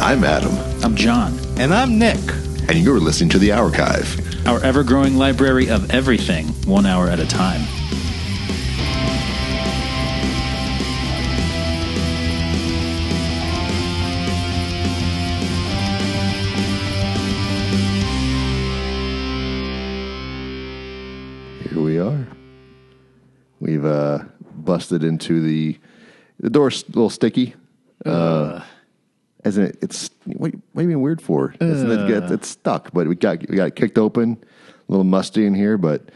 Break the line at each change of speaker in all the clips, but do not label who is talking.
I'm Adam,
I'm John,
And I'm Nick.
and you're listening to The Archive.
our ever growing library of everything, one hour at a time.
Here we are. We've uh, busted into the the door's a little sticky. Uh, isn't it? It's what, what are you being weird for? Isn't it? It's, it's stuck, but we got we got it kicked open. A little musty in here, but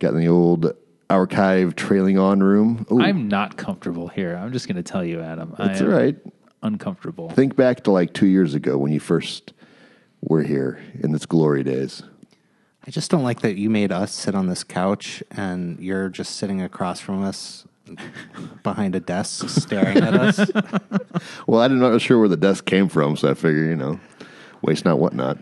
got in the old archive trailing on room. Ooh,
I'm not comfortable here. I'm just going to tell you, Adam.
it's
I
all
am
right.
Uncomfortable.
Think back to like two years ago when you first were here in its glory days.
I just don't like that you made us sit on this couch and you're just sitting across from us behind a desk staring at us.
Well, I'm not sure where the desk came from, so I figure, you know, waste not, whatnot.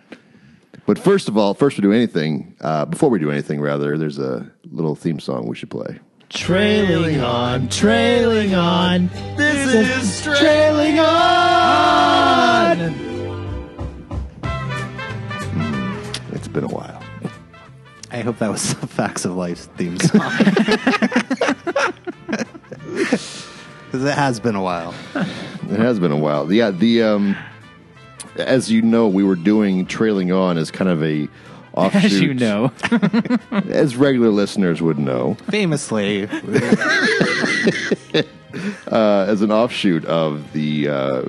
But first of all, first we do anything, uh, before we do anything, rather, there's a little theme song we should play.
Trailing on, trailing on. This, is trailing on.
It's been a while.
I hope that was the Facts of Life theme song. Because it has been a while.
It has been a while. Yeah, the um, as you know, we were doing trailing on as kind of a offshoot.
As you know,
as regular listeners would know,
Famously,
uh, as an offshoot of the uh,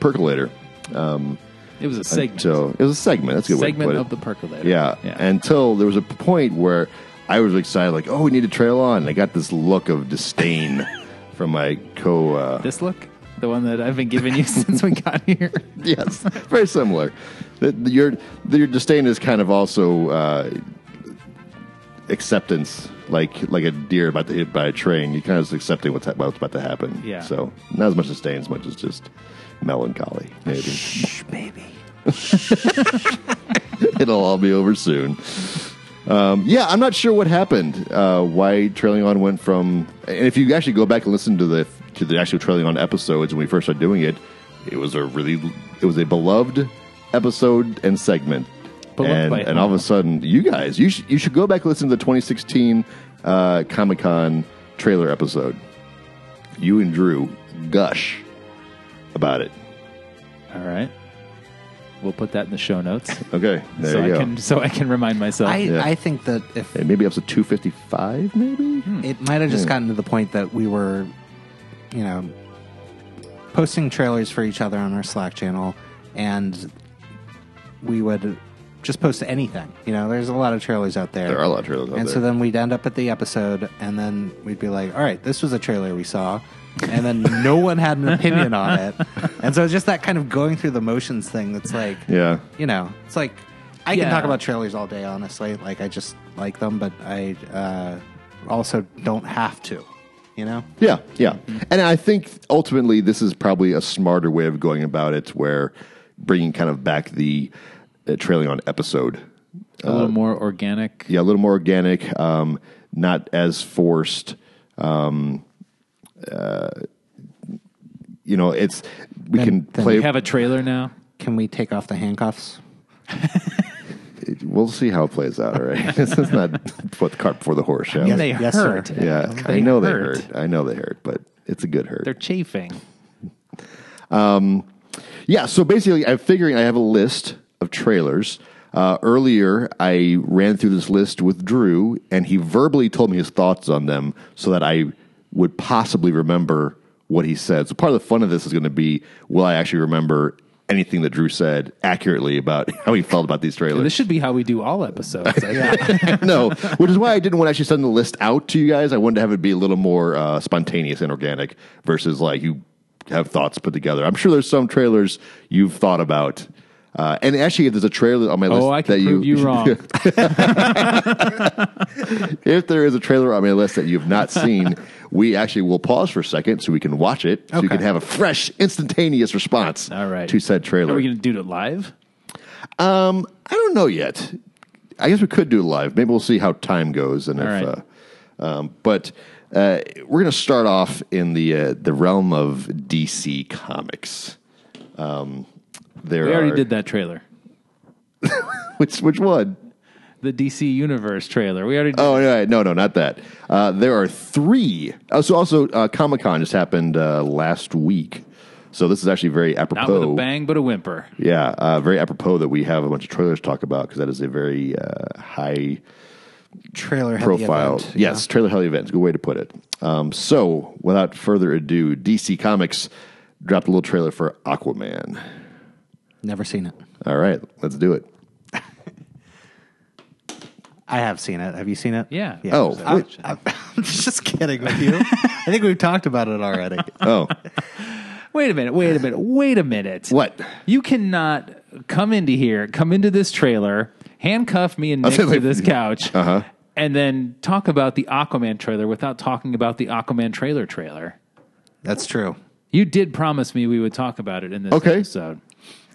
percolator.
it was a segment.
So it was a segment. That's a good way
segment
to put it.
of the percolator.
Yeah. Until there was a point where I was excited, like, oh, we need to trail on. And I got this look of disdain from my co. Uh,
this look, the one that I've been giving you since we got here.
yes, very similar. The, the- your, the, your disdain is kind of also uh, acceptance, like like a deer about to hit by a train. You're kind of just accepting what's, ha- what's about to happen.
Yeah.
So not as much disdain as much as just melancholy, maybe.
shh, baby.
It'll all be over soon. Um, yeah, I'm not sure what happened. Uh, why trailing on went from, and if you actually go back and listen to the to the actual trailing on episodes when we first started doing it, it was a really it was a beloved episode and segment.
Beloved
and,
by
and all of a sudden, you guys, you should you should go back and listen to the 2016 uh, Comic Con trailer episode. You and Drew gush about it.
All right. We'll put that in the show notes.
Okay, there
so
you
I
go.
can so I can remind myself.
I,
Yeah.
I think that if
And maybe up to 255, maybe.
it might have just
Hmm.
gotten to the point that we were, you know, posting trailers for each other on our Slack channel, and we would just post anything. You know, there's a lot of trailers out there.
There are a lot of trailers out
and
there.
so then we'd end up at the episode, and then we'd be like, "All right, this was a trailer we saw," and then no one had an opinion on it, and so it's just that kind of going through the motions thing. That's like,
yeah.
you know, it's like I
Yeah.
can talk about trailers all day, honestly. Like I just like them, but I uh, also don't have to. You know,
Yeah, yeah. And I think ultimately this is probably a smarter way of going about it, where bringing kind of back the uh, trailing on episode.
a little more organic.
Yeah, a little more organic, um, not as forced. Um, uh, you know, it's we
Then-
can
then
play.
We have a trailer now.
can we take off the handcuffs?
we'll see how it plays out. All right, this is not put the cart before the horse. shall we?
And they
yes, sir.
hurt.
yeah, I
They
know they
hurt.
hurt. I know they hurt, but it's a good hurt. Um,
They're chafing.
Yeah, so basically, I'm figuring I have a list of trailers. Uh, earlier, I ran through this list with Drew, and he verbally told me his thoughts on them so that I would possibly remember what he said. So, part of the fun of this is going to be will I actually remember anything that Drew said accurately about how he felt about these
This
trailers?
should be how we do all episodes. I think.
no, which is why I didn't want to actually send the list out to you guys. I wanted to have it be a little more uh, spontaneous and organic versus like you have thoughts put together. I'm sure there's some trailers you've thought about. Uh, and actually, if there's a trailer on my list
Oh, I
that
can prove you, wrong.
if there is a trailer on my list that you've not seen, we actually will pause for a second so we can watch it, so you
Okay.
can have a fresh, instantaneous response
All right.
to said trailer.
Are we going to do it live?
I don't know yet. I guess we could do it live. Maybe we'll see how time goes and if.
All right.
Uh, um, but uh, we're going to start off in the uh, the realm of DC Comics. Um, There
We already
are-
did that trailer.
Which which one?
The DC Universe trailer. We already did
Oh no, no, no, not that. Uh, there are three. Oh, so also uh, Comic Con just happened uh, last week, so this is actually very apropos.
not with a bang but a whimper.
Yeah, uh, very apropos that we have a bunch of trailers to talk about because that is a very uh, high
Trailer heavy
profile.
event, you
yes, trailer hell event. It's a good way to put it. Um, so, without further ado, DC Comics dropped a little trailer for Aquaman.
know. Never seen it.
All right, let's do it.
I have seen it. Have you seen it?
Yeah.
Oh,
I'm,
wait.
I'm I'm just kidding with you. I think we've talked about it already.
Oh,
Wait a minute, wait a minute, wait a minute.
What?
You cannot come into here, come into this trailer, handcuff me and Nick
said,
to
like-
this couch,
Uh-huh.
and then talk about the Aquaman trailer without talking about the Aquaman trailer trailer.
That's true.
You did promise me we would talk about it in this
Okay.
episode,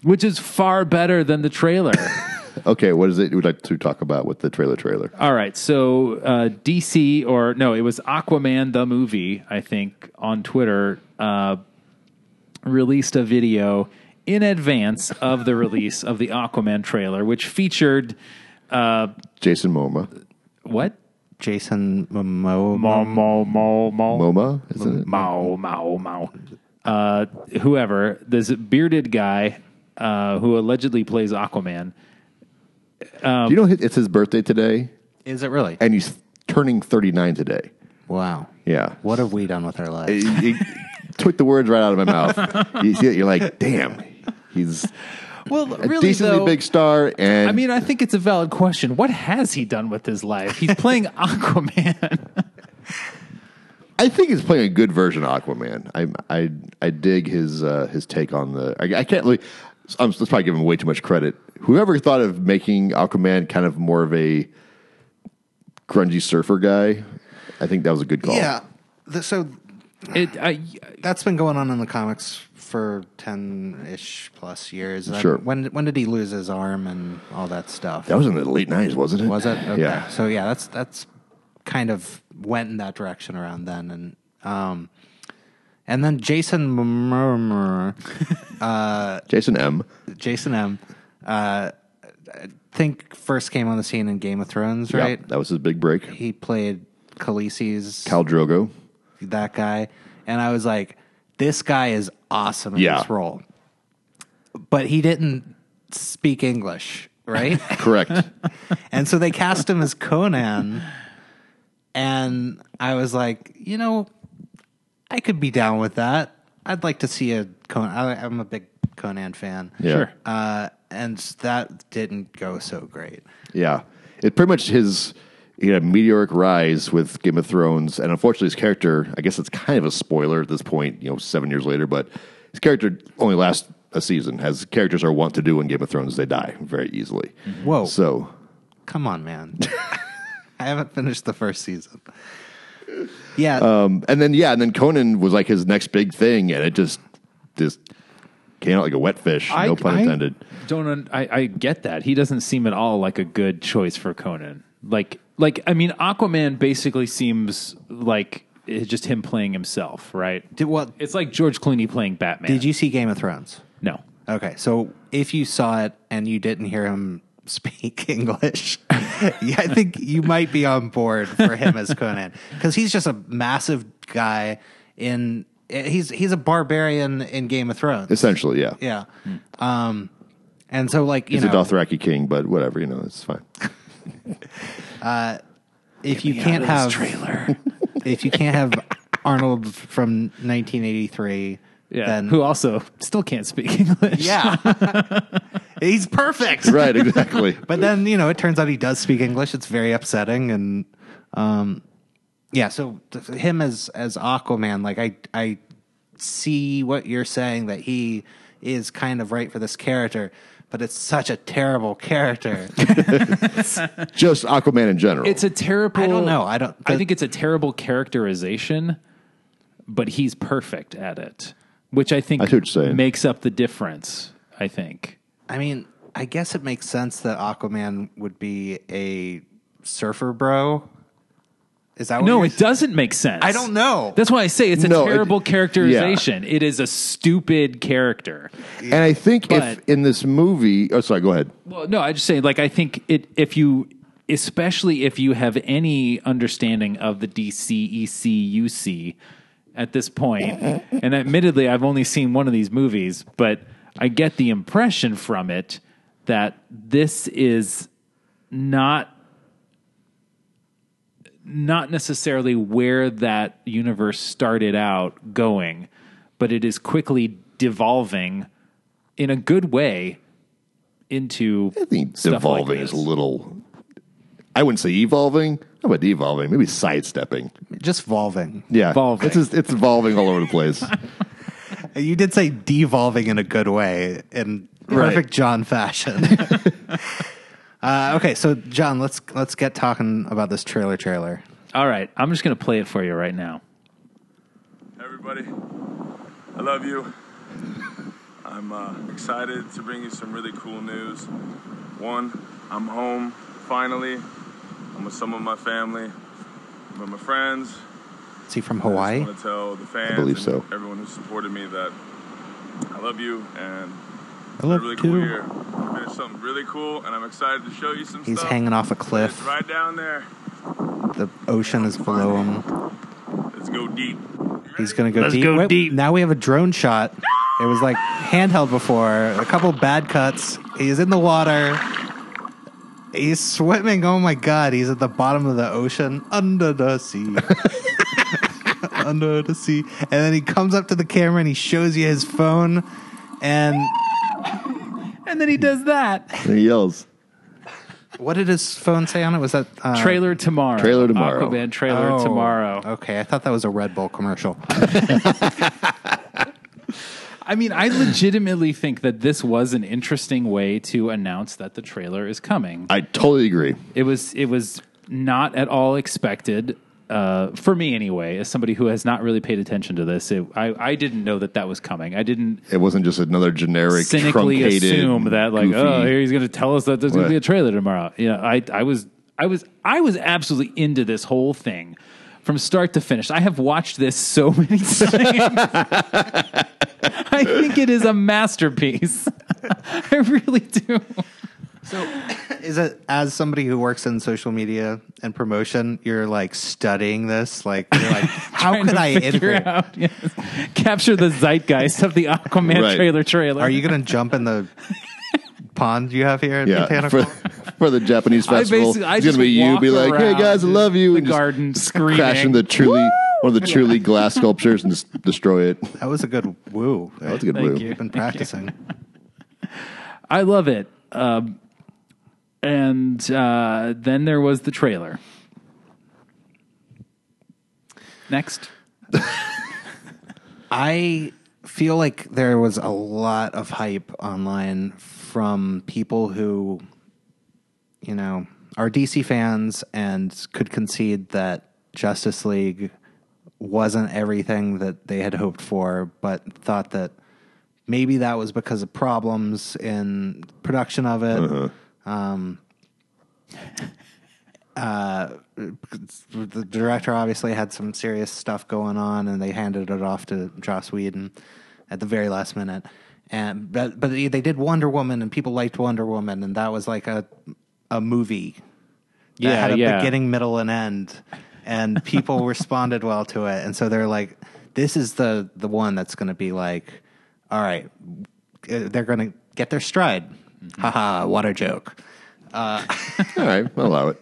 which is far better than the trailer.
okay. What is it you would like to talk about with the trailer? Trailer.
All right, so uh, DC or no, it was Aquaman the movie. I think on Twitter uh, released a video in advance of the release of the Aquaman trailer, which featured
Jason Momoa.
what?
Jason Momoa.
Mau mau mau mau
Momoa, isn't it?
mau mau mau. Uh, whoever this bearded guy uh, who allegedly plays Aquaman.
Do you know hi- it's his birthday today,
Is it really?
and he's turning thirty nine today.
Wow.
Yeah.
What have we done with our lives?
It- it took the words right out of my mouth. you see it, you're like, damn, he's
Well,
a decently big star, and
I mean, I think it's a valid question. What has he done with his life? He's playing Aquaman.
I think he's playing a good version of Aquaman. I I I dig his uh, his take on the. I, I can't really. I'm, let's probably give him way too much credit. Whoever thought of making Aquaman kind of more of a grungy surfer guy, I think that was a good call.
yeah. Th- so
It, I,
that's been going on in the comics for 10 ish plus years. And
Sure.
When, when did he lose his arm and all that stuff?
that was in the late '90s, wasn't it?
Was it? Okay.
Yeah.
So yeah, that's that's kind of went in that direction around then, and um, and then Jason Murmur,
Jason M.
Jason M, uh, I think first came on the scene in Game of Thrones,
Yeah,
right?
that was his big break.
He played Khaleesi's
Cal Drogo.
that guy, and I was like, this guy is awesome in
Yeah.
this role, but he didn't speak English, right?
Correct.
And so they cast him as Conan. And I was like, you know, I could be down with that. I'd like to see a Conan. I, I'm a big Conan fan.
Yeah.
Sure.
Uh, and that didn't go so great.
Yeah, it pretty much his he had a meteoric rise with Game of Thrones, and unfortunately, his character. I guess it's kind of a spoiler at this point, you know, seven years later, but his character only lasts a season, as characters are wont to do in Game of Thrones. They die very easily.
Whoa.
So
Come on, man. I haven't finished the first season. Yeah.
um, and then yeah, and then Conan was like his next big thing, and it just just came out like a wet fish. no pun intended.
don't. Un- I, I get that he doesn't seem at all like a good choice for Conan. Like, like I mean, Aquaman basically seems like it's just him playing himself, right?
did, well,
It's like George Clooney playing Batman.
did you see Game of Thrones?
No.
Okay, so if you saw it and you didn't hear him speak English, yeah, I think you might be on board for him as Conan because he's just a massive guy in he's he's a barbarian in Game of Thrones.
Essentially, yeah.
yeah, um, and so like you
He's
know,
a Dothraki king, but whatever, you know, it's fine.
if you can't have trailer, if you can't have Arnold from 1983,
Yeah.
then
Who also still can't speak English.
yeah, he's perfect.
right, exactly.
but then you know it turns out he does speak english it's very upsetting and um yeah so th- him as as aquaman like i i see what you're saying that he is kind of right for this character but it's such a terrible character
just Aquaman in general.
It's a terrible.
I don't know. I don't-
I think it's a terrible characterization, but he's perfect at it, which I think
I see what you're saying.
makes up the difference. I think.
i mean i guess it makes sense that aquaman would be a surfer bro Is that what
No,
you're
it doesn't make sense.
I don't know.
That's why I say it's a
No, it-
terrible characterization. It is a stupid character.
And I think if
But-
in this movie, oh sorry, go ahead.
Well, no, I just say like I think it if you especially if you have any understanding of the E DC EC UC at this point, and admittedly I've only seen one of these movies, but I get the impression from it that this is not not necessarily where that universe started out going, but it is quickly devolving in a good way into
I think
stuff
devolving
like
is
this.
a little. I wouldn't say evolving. How about evolving? Maybe sidestepping.
just volving.
Yeah,
Evolving.
It's just, it's evolving all over the place.
You did say devolving in a good way in
Right.
perfect John fashion. uh, okay, so John, let's let's get talking about this trailer trailer.
All right, I'm just going to play it for you right now.
Everybody, I love you. I'm uh, excited to bring you some really cool news. One, I'm home finally. I'm with some of my family, but my friends.
Is he from
I
Hawaii?
just want to tell the fans,
believe
and
so.
everyone who supported me that I love you and it's
love
a really
you
cool
too.
year. I finished something really cool, and I'm excited to show you some
He's
stuff.
hanging off a
It's
cliff.
right down there.
The ocean is below him.
Let's go deep.
He's gonna go
Let's
deep.
go
Wait,
deep.
Now we have a drone shot. It was like handheld before. A couple bad cuts. He's in the water. He's swimming. Oh my god! He's at the bottom of the ocean, under the sea, under the sea. And then he comes up to the camera and he shows you his phone. And
And then he does that.
and he yells.
what did his phone say on it? Was that uh,
Trailer tomorrow.
Trailer tomorrow.
Aquaman trailer
Oh,
tomorrow.
Okay, I thought that was a Red Bull commercial.
I mean, I legitimately think that this was an interesting way to announce that the trailer is coming.
I totally agree.
It was it was not at all expected uh, for me anyway. As somebody who has not really paid attention to this, it, I I didn't know that that was coming. I didn't
It wasn't just another generic
cynically
truncated,
assume that like
goofy-
oh here he's going to tell us that there's going
Right.
to be a trailer tomorrow. You know, I I was I was I was absolutely into this whole thing from start to finish. I have watched this so many times. I think it is a masterpiece. I really do.
Is it as somebody who works in social media and promotion, you're like studying this? Like, you're like, how
Trying
could
to
I
figure
enter?
out? yes. Capture the zeitgeist of the Aquaman
Right.
trailer trailer.
Are you going to jump in the pond you have here? At
yeah
Botanical?
for, for the Japanese
I
festival.
basically- I
it's gonna
just
be you
walk
be like hey
around
guys I love you
the
and just
garden screaming.
crashing the truly one of the truly glass sculptures and just destroy it.
that was a good woo.
That's a good
Thank
move.
you.
I've been practicing.
I love it. Um, and uh, then there was the trailer. Next.
I feel like there was a lot of hype online from people who, you know, are DC fans and could concede that Justice League wasn't everything that they had hoped for, but thought that maybe that was because of problems in production of it. the director obviously had some serious stuff going on, and they handed it off to Joss Whedon at the very last minute. And but but they did Wonder Woman, and people liked Wonder Woman, and that was like a a movie that
Yeah,
had a
yeah.
beginning, middle, and end, and people responded well to it, and so they're like, "This is the the one that's going to be like, all right, uh, they're going to get their stride."
Mm-hmm.
Haha, what a joke.
All right, I'll allow it.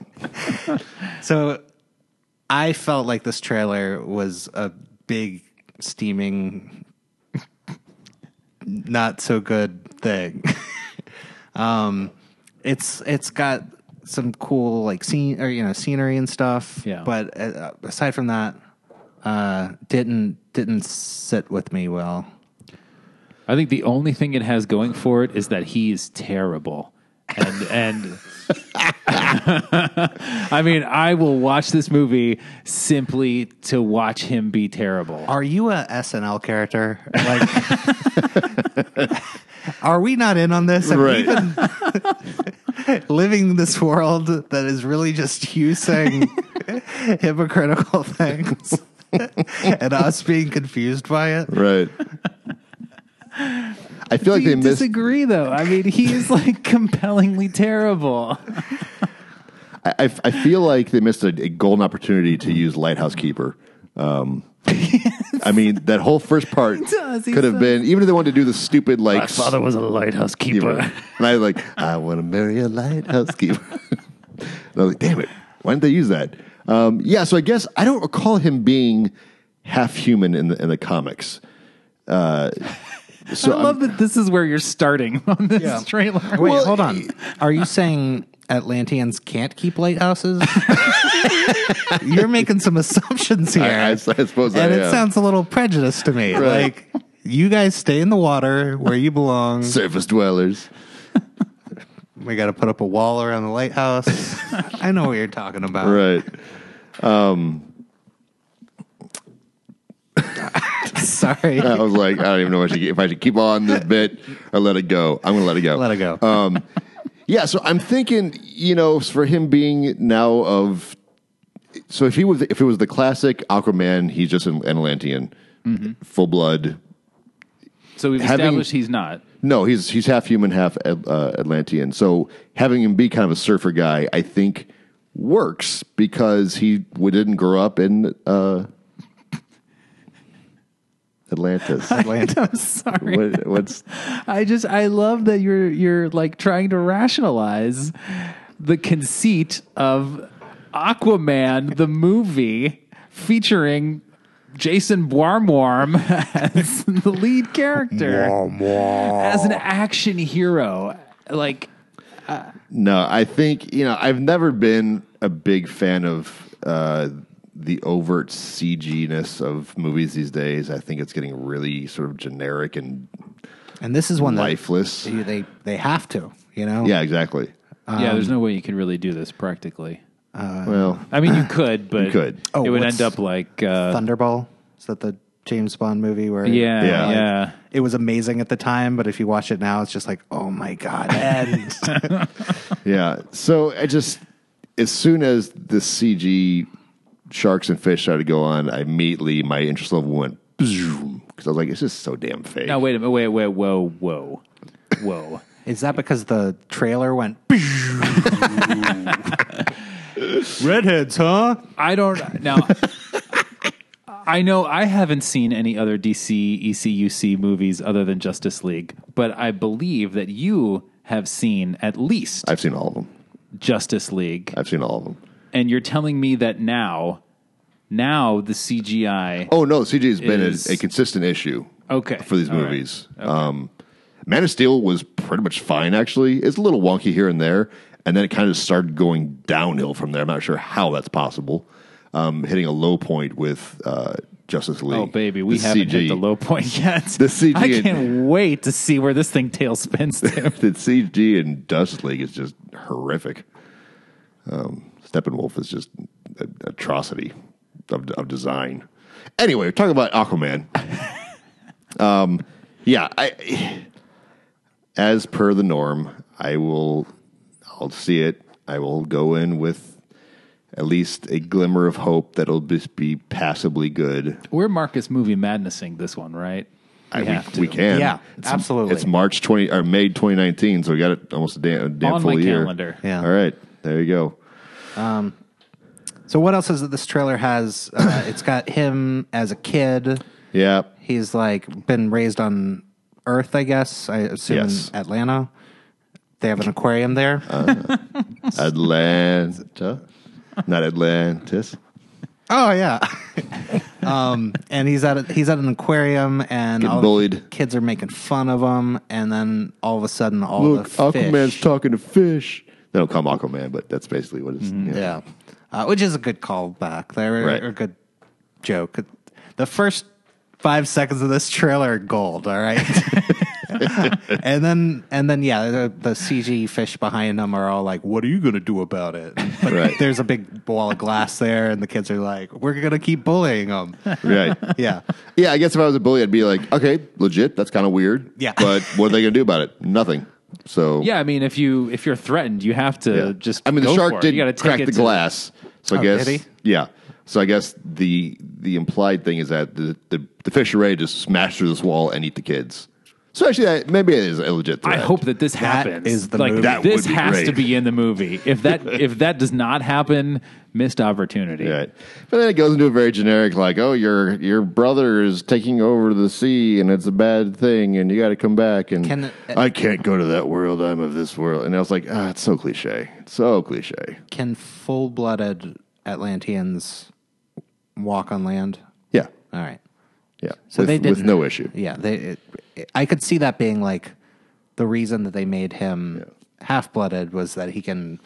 So I felt like this trailer was a big steaming not so good thing. um it's it's got some cool like scene or you know scenery and stuff,
Yeah.
but uh, aside from that uh didn't didn't sit with me well.
I think the only thing it has going for it is that he is terrible. And and I mean, I will watch this movie simply to watch him be terrible.
Are you a SNL character? Like Are we not in on this? Have we
Right.
living this world that is really just you saying hypocritical things and us being confused by it.
Right. I feel like they
Do you
missed.
disagree though? I mean, he is like compellingly terrible.
I, I- I feel like they missed a, a golden opportunity to use Lighthouse Keeper. Um, I mean, that whole first part
does, he
could have
does.
been even if they wanted to do the stupid like father
was a lighthouse
and I was like, I want to marry a lighthouse keeper. and I was like, damn it, why didn't they use that? Um, yeah, so I guess I don't recall him being half human in the in the comics. Uh, so
I
I'm-
love that this is where you're starting on this
Yeah.
trailer.
Wait, hold on. Are you saying Atlanteans can't keep lighthouses? You're making some assumptions here.
I, I- I suppose I
and it
am.
sounds a little prejudiced to me.
Right.
Like, you guys stay in the water where you belong.
surface dwellers.
We got to put up a wall around the lighthouse. I know what you're talking about.
Right.
Sorry.
I was like, I don't even know if I should, if I should keep on this bit or let it go. I'm going to let it go.
Let it go.
Um, yeah, so I'm thinking, you know, for him being now of, so if he was, if it was the classic Aquaman, he's just an Atlantean,
Mm-hmm.
full blood.
So we've
Having-
established he's not.
No, he's he's half human, half uh, Atlantean. So having him be kind of a surfer guy, I think, works because he w- didn't grow up in uh, Atlantis.
Atlantis.
I'm sorry.
What, what's
I just I love that you're you're like trying to rationalize the conceit of Aquaman the movie featuring Jason Bourne as the lead character as an action hero like
No, I think you know I've never been a big fan of uh, the overt CG-ness of movies these days. I think it's getting really sort of generic and
And this is one that
lifeless.
they, they, they have to, you know?
Yeah, exactly.
yeah there's no way you could really do this practically Uh,
well,
I mean you could but
could.
Oh,
it would
what's-
end up like uh,
Thunderball. Is that the James Bond movie where
yeah
Yeah.
yeah,
it was amazing at the time, but if you watch it now, it's just like, oh my god, and
yeah. So I just as soon as the CG sharks and fish started to go on, I immediately my interest level went because I was like, it's just so damn fake.
Now wait a minute wait wait whoa whoa whoa
is that because the trailer went redheads, huh?
I don't now. I know I haven't seen any other E DC ECUC movies other than Justice League, but I believe that you have seen at least
I've seen all of them.
Justice League,
I've seen all of them.
and you're telling me that now, now the CGI.
Oh no, CG has been
Is- Oh,
a, a consistent issue.
Okay,
for these
all right.
movies. Um, Man of Steel was pretty much fine, actually. It's a little wonky here and there, and then it kind of started going downhill from there. I'm not sure how that's possible. Um, hitting a low point with uh, Justice League.
Oh baby, we
The
haven't
CG
hit the low point yet.
The CG
I
and-
can't wait to see where this thing tailspins to.
The CG in Justice League is just horrific. Um, Steppenwolf is just an atrocity of, of design. Anyway, we're talking about Aquaman. um, yeah, I, as per the norm, I will, I'll see it. I will go in with at least a glimmer of hope that it'll just be passably good.
We're Marcus movie madnessing this one, right?
I,
have to.
we, we can,
Yeah, absolutely.
It's March twenty or May twenty nineteen, so we got it almost a damn, a damn
On
full
my
year.
calendar.
Yeah.
All right, there you go.
so what else is it? This trailer has uh, it's got him as a kid.
Yeah,
He's like been raised on Earth, I guess. I assume
Yes. Uh.
in Atlanta. They have an aquarium there.
Atlanta, not Atlantis.
Oh yeah. um, and he's at a, he's at an aquarium and
Getting
all The
bullied.
kids are making fun of him, and then all of a sudden, all
Look,
the fish,
Aquaman's talking to fish. They don't call him Aquaman, but that's basically what it's. yeah.
yeah, uh, which is a good callback there,
Right.
or a good joke. The first five seconds of this trailer are gold. All right. and then, and then, yeah, the, the CG fish behind them are all like, "What are you gonna do about it?" But
Right.
there's a big wall of glass there, and the kids are like, "We're gonna keep bullying them."
Right.
Yeah,
Yeah, I guess if I was a bully, I'd be like, okay, legit. That's kind of weird.
Yeah.
But what are they going to do about it? Nothing. So
Yeah, I mean, if you if you're threatened, you have to
Yeah.
just.
I mean, the
go
shark
for it.
did
You gotta
crack
take it
the
to-
glass, So I
Oh,
guess
did he?
yeah. So I guess the the implied thing is that the the, the fish array just smash through this wall and eat the kids. So actually, that, maybe it is a legit.
I
threat.
hope that this happens.
is the
like
movie.
That
this
would be
has
great.
to be in the movie. If that if that does not happen, missed opportunity.
Right. But then it goes into a very generic, like, oh, your your brother is taking over the sea, and it's a bad thing, and you got to come back. And
Can-
I can't go to that world. I'm of this world. And I was like, ah, it's so cliche. It's so cliche.
Can full blooded Atlanteans walk on land?
Yeah.
All right.
Yeah.
So
with,
they did
with no issue.
Yeah, they. It, it- I could see that being like the reason that they made him half blooded was that he can,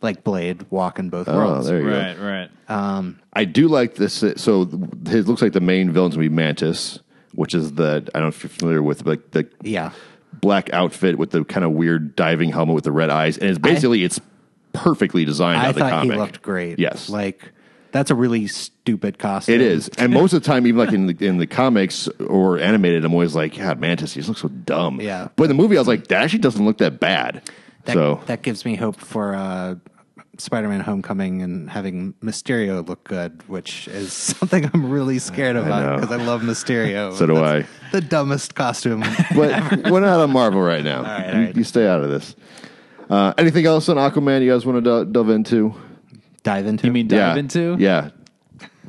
like Blade, walk in both
Oh,
worlds.
there you go.
Right, right.
I do like this. So it looks like the main villain's going to be Mantis, which is the I don't know if you're familiar with, but the
Yeah.
black outfit with the kind of weird diving helmet with the red eyes, and it's basically it's perfectly designed.
I
out of the
thought he
comic.
looked great.
Yes,
like that's a really stupid costume.
It is, and most of the time, even like in the, in the comics or animated, I'm always like, "God, Mantis, he looks so dumb."
Yeah.
but in the movie, I was like, "That actually doesn't look that bad."
That,
so
that gives me hope for uh, Spider-Man: Homecoming and having Mysterio look good, which is something I'm really scared about
know.
because I, love Mysterio.
So do
That's
I.
The dumbest costume.
but we're not on Marvel right now.
right,
you,
all right.
you stay out of this. Uh, anything else on Aquaman you guys want to d- delve into?
Dive into.
You mean dive
yeah.
into?
Yeah,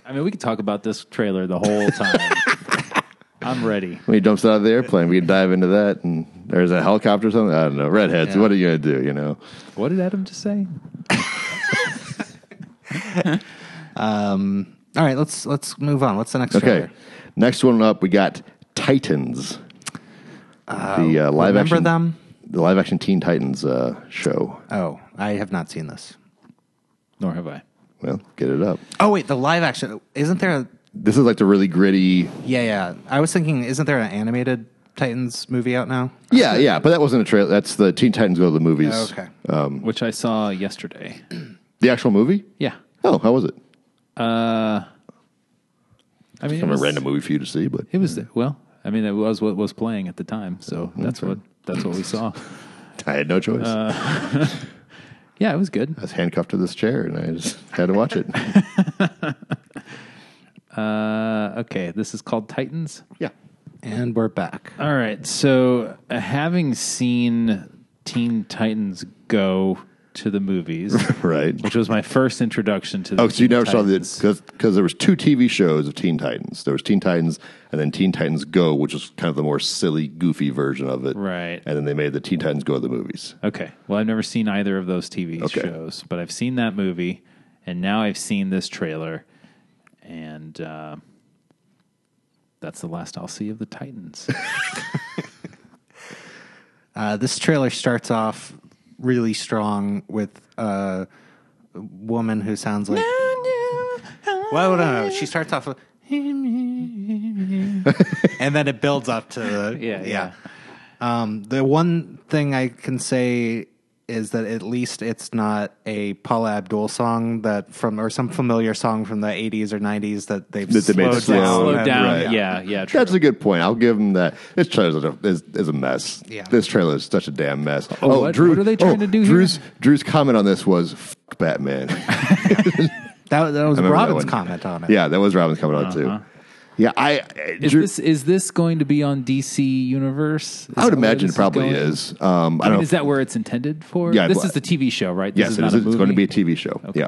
I mean, we could talk about this trailer the whole time. I'm ready.
when he jumps out of the airplane, we can dive into that. And there's a helicopter or something. I don't know. Redheads,
Yeah.
what are you gonna do? You know,
What did Adam just say?
Um, All right, let's let's move on. What's the next?
Okay.
trailer?
Next one up, we got Titans. the uh, live
remember
action,
them?
The live action Teen Titans uh, show.
Oh, I have not seen this.
Nor have I.
Well, get it up.
Oh wait, the live action isn't there? A,
This is like the really gritty.
yeah, yeah. I was thinking, isn't there an animated Titans movie out now?
Yeah, yeah, but that wasn't a trailer. That's the Teen Titans go to the movies.
Oh,
Okay.
Which I saw yesterday.
The actual movie?
Yeah.
Oh, how was it?
I mean, it
Kind of
was,
a random movie for you to see, but
It was well. I mean, it was what was playing at the time, so that's what that's what we saw.
I had no choice.
Uh. Yeah, it was good.
I was handcuffed to this chair, and I just had to watch it.
Uh, okay, this is called Titans.
yeah.
And we're back.
All right. So, uh, having seen Teen Titans Go to the movies,
Right.
which was my first introduction to the
Oh, so you
Teen
never
Titans.
saw the because there was two TV shows of Teen Titans. There was Teen Titans and then Teen Titans Go, which was kind of the more silly, goofy version of it.
Right.
And then they made the Teen Titans Go to the movies.
Okay. Well, I've never seen either of those TV
Okay.
shows, but I've seen that movie, and now I've seen this trailer, and uh, that's the last I'll see of the Titans.
Uh, this trailer starts off really strong with a woman who sounds like. Well, no, no. She starts off with. and then it builds up to the.
Yeah, yeah.
Um, the one thing I can say is that at least it's not a Paula Abdul song that from or some familiar song from the 80s or 90s that they've
That they made
slowed,
slow.
down.
Slowed
Slow
and-
down.
right.
Yeah, yeah. True.
That's a good point. I'll give them that. This trailer is a, is, is a mess.
Yeah.
This trailer is such a damn mess. Oh,
what- what are they trying to do here?
Drew's, Drew's comment on this was "F Batman.
That, that was
remember that
Robin's
one.
comment on it.
yeah, that was Robin's comment on it too. Yeah, I.
Uh-huh. Is
Drew-
this is this going to be on DC Universe? Is
I would
that where
imagine
this
it probably
going?
is. Um, I,
I
don't
mean,
know
is that where it's intended for?
Yeah,
this
well,
is the TV show, right? This
Yes,
is
it
not
is.
a
It's going to be
movie?
a TV show.
Okay.
Yeah.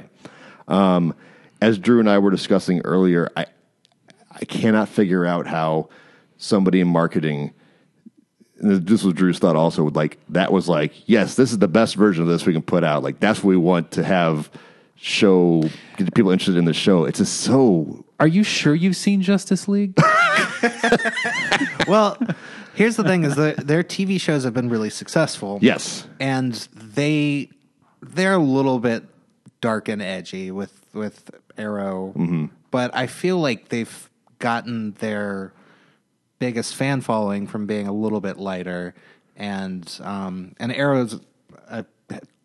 Um, as Drew and I were discussing earlier, I I cannot figure out how somebody in marketing. and This was Drew's thought also. Like that was like, yes, this is the best version of this we can put out. Like that's what we want to have show get people interested in the show. It's just so
Are you sure you've seen Justice League?
Well, here's the thing: is that their TV shows have been really successful.
yes,
and they they're a little bit dark and edgy with with Arrow,
Mm-hmm.
but I feel like they've gotten their biggest fan following from being a little bit lighter, and um, and Arrow's. I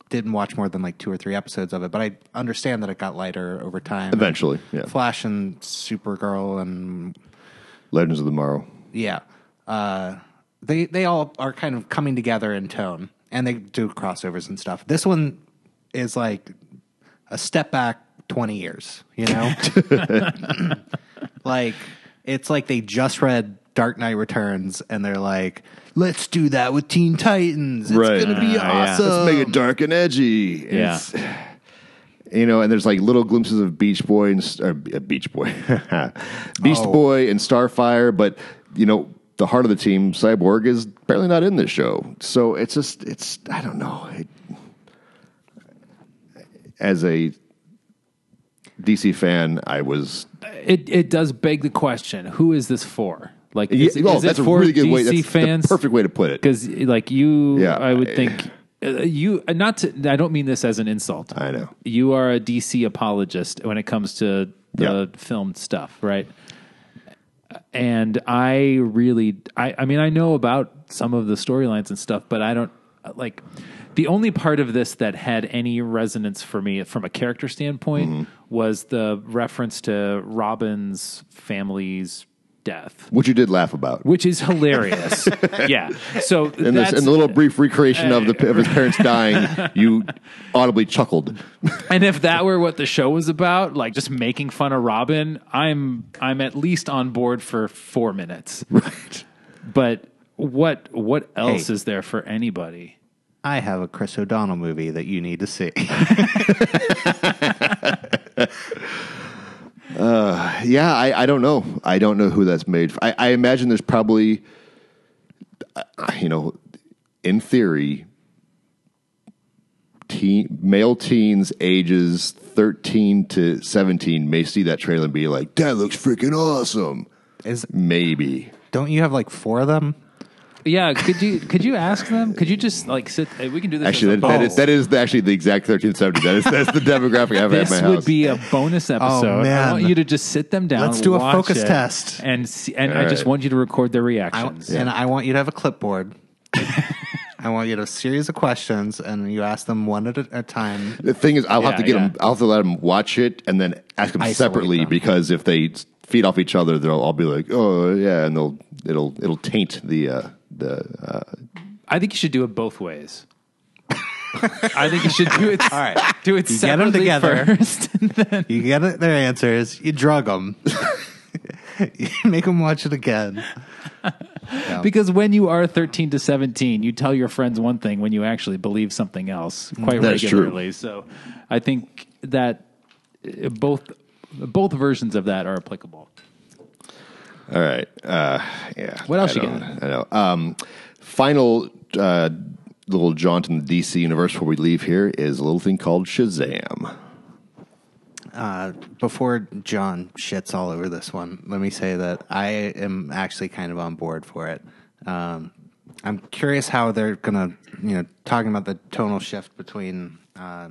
didn't watch more than like two or three episodes of it, but I understand that it got lighter over time.
Eventually, yeah.
Flash and Supergirl and
Legends of the Morrow.
yeah. Uh, they they all are kind of coming together in tone, and they do crossovers and stuff. This one is like a step back 20 years, you know? like, it's like they just read Dark Knight Returns and they're like, let's do that with Teen Titans. It's
Right.
going to be
Ah, yeah.
awesome.
Let's make it dark and edgy. And
Yeah.
it's- you know, and there's like little glimpses of Beach Boy and S- or uh, Beach Boy, Beast
Oh.
Boy and Starfire, but you know, the heart of the team, Cyborg, is barely not in this show. So it's just, it's, I don't know. It, as a DC fan, I was
It it does beg the question: Who is this for? Like,
Yeah,
is,
well,
is it
that's a
for
really good
DC
way. That's the
fans?
perfect way to put it.
Because like you,
Yeah,
I would
I-
think uh, you uh, not. To, I don't mean this as an insult.
I know.
you are a DC apologist when it comes to the film stuff, right? And I really, I, I mean, I know about some of the storylines and stuff, but I don't like the only part of this that had any resonance for me from a character standpoint
Mm-hmm.
was the reference to Robin's family's death,
What you did laugh about.
which is hilarious. yeah. So
in, this,
that's-
in the little brief recreation of, the, of his parents dying, you audibly chuckled.
and if that were what the show was about, like just making fun of Robin, I'm I'm at least on board for four minutes.
Right.
But what what else
Hey.
is there for anybody?
I have a Chris O'Donnell movie that you need to see.
Yeah, I, I don't know. I don't know who that's made. For. I, I imagine there's probably, uh, you know, in theory, teen, male teens ages 13 to 17 may see that trailer and be like, that looks freaking awesome.
Is
Maybe.
Don't you have like four of them?
Yeah, could you could you ask them? Could you just like sit? eh, We can do this.
Actually,
as a
that, that
bonus.
is, that is actually the exact 1370. That is, that's the demographic I have at
this
my house.
would be a bonus episode. I
Oh, man.
want you to just sit them down.
Let's do a
watch
focus
it,
test.
and see, and
All
I just
right.
want you to record their
I,
reactions.
And I want you to have a clipboard. I want you to have a series of questions, and you ask them one at a, a time.
The thing is, I'll have
Yeah,
to get
yeah.
them. I'll have to let them watch it and then ask them
Isolate
separately
them.
because if they s- feed off each other, they'll all be like, "Oh yeah," and they'll it'll it'll taint the uh, the. Uh,
I think you should do it both ways. I think you should do it. All right, do it
get 'em
separately
together.
first, and then
You get it- their answers. You drug them. you make them watch it again.
Because when you are 13 to 17, you tell your friends one thing when you actually believe something else quite
That's true.
regularly. So I think that uh, both both versions of that are applicable.
all right, uh, yeah.
What else
I
you
don't- I know. Um, final uh, little jaunt in the DC universe before we leave here is a little thing called Shazam.
Before John shits all over this one, let me say that I am actually kind of on board for it. Um, I'm curious how they're gonna, you know, talking about the tonal shift between uh,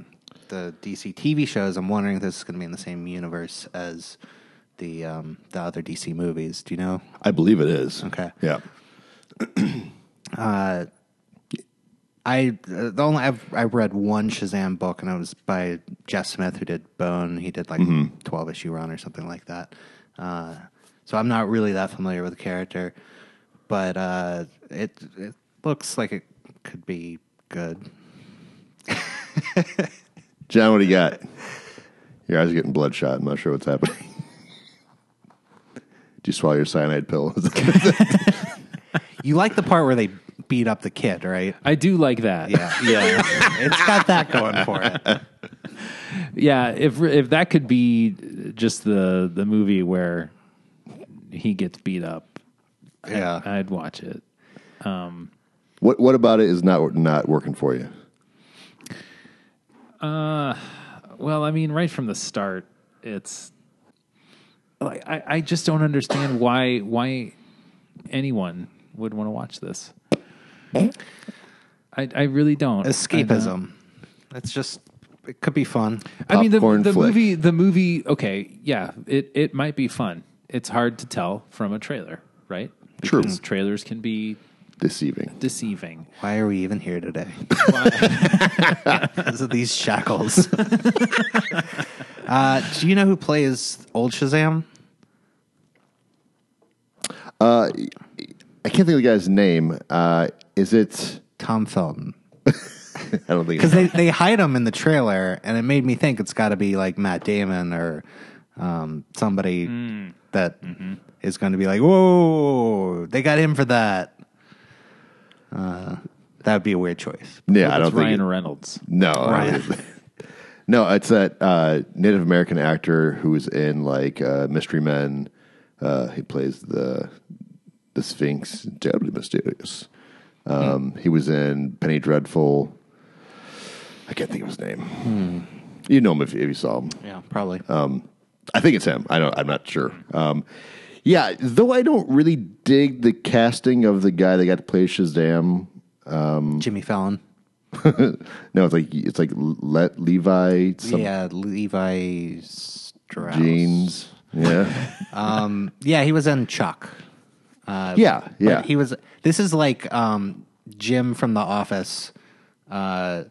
the DC TV shows. I'm wondering if this is gonna be in the same universe as the um, the other DC movies. Do you know?
I believe it is.
Okay.
Yeah.
I uh, the only I've I read one Shazam book and it was by Jeff Smith who did Bone. He did like twelve issue run or something like that. Uh, so I'm not really that familiar with the character, but uh, it it looks like it could be good.
John, what do you got? Your eyes are getting bloodshot. I'm not sure what's happening. Do you swallow your cyanide pill?
You like the part where they beat up the kid, right?
I do like that.
Yeah, yeah. it's got that going for it.
Yeah, if if that could be just the the movie where he gets beat up,
Yeah.
I'd watch it.
What What about it is not not working for you?
Well, I mean, right from the start, it's like I, I just don't understand why why anyone would want to watch this. I I really don't. I don't.
Escapism. It's just it could be fun.
I, mean, the,
Popcorn
the
flick.
movie the movie. Okay, yeah, it it might be fun. It's hard to tell from a trailer, right?
True.
Because trailers can be
Deceiving.
deceiving.
Why are we even here today? Because of these shackles. uh, do you know who plays old Shazam?
I can't think of the guy's name. Uh, is it?
Tom Felton.
I don't think
because they, they hide him in the trailer, and it made me think it's got to be like Matt Damon or um, somebody that is going to be like, whoa, they got him for that. Uh, that would be a weird choice.
yeah, I don't
it's
think
Ryan Reynolds.
No, I don't think- no, it's that uh, Native American actor who was in like uh, Mystery Men. Uh, he plays the the Sphinx, terribly mysterious. Um, He was in Penny Dreadful. I can't think of his name. You know him if, if you saw him.
Yeah, probably.
I think it's him. I don't. I'm not sure. Um, yeah, though I don't really dig the casting of the guy that got to play Shazam.
Jimmy Fallon.
No, it's like it's like Le- Levi some
yeah, Levi Strauss.
jeans. Yeah.
Yeah, he was in Chuck.
Yeah,
But
yeah.
he was. This is like um, Jim from The Office uh,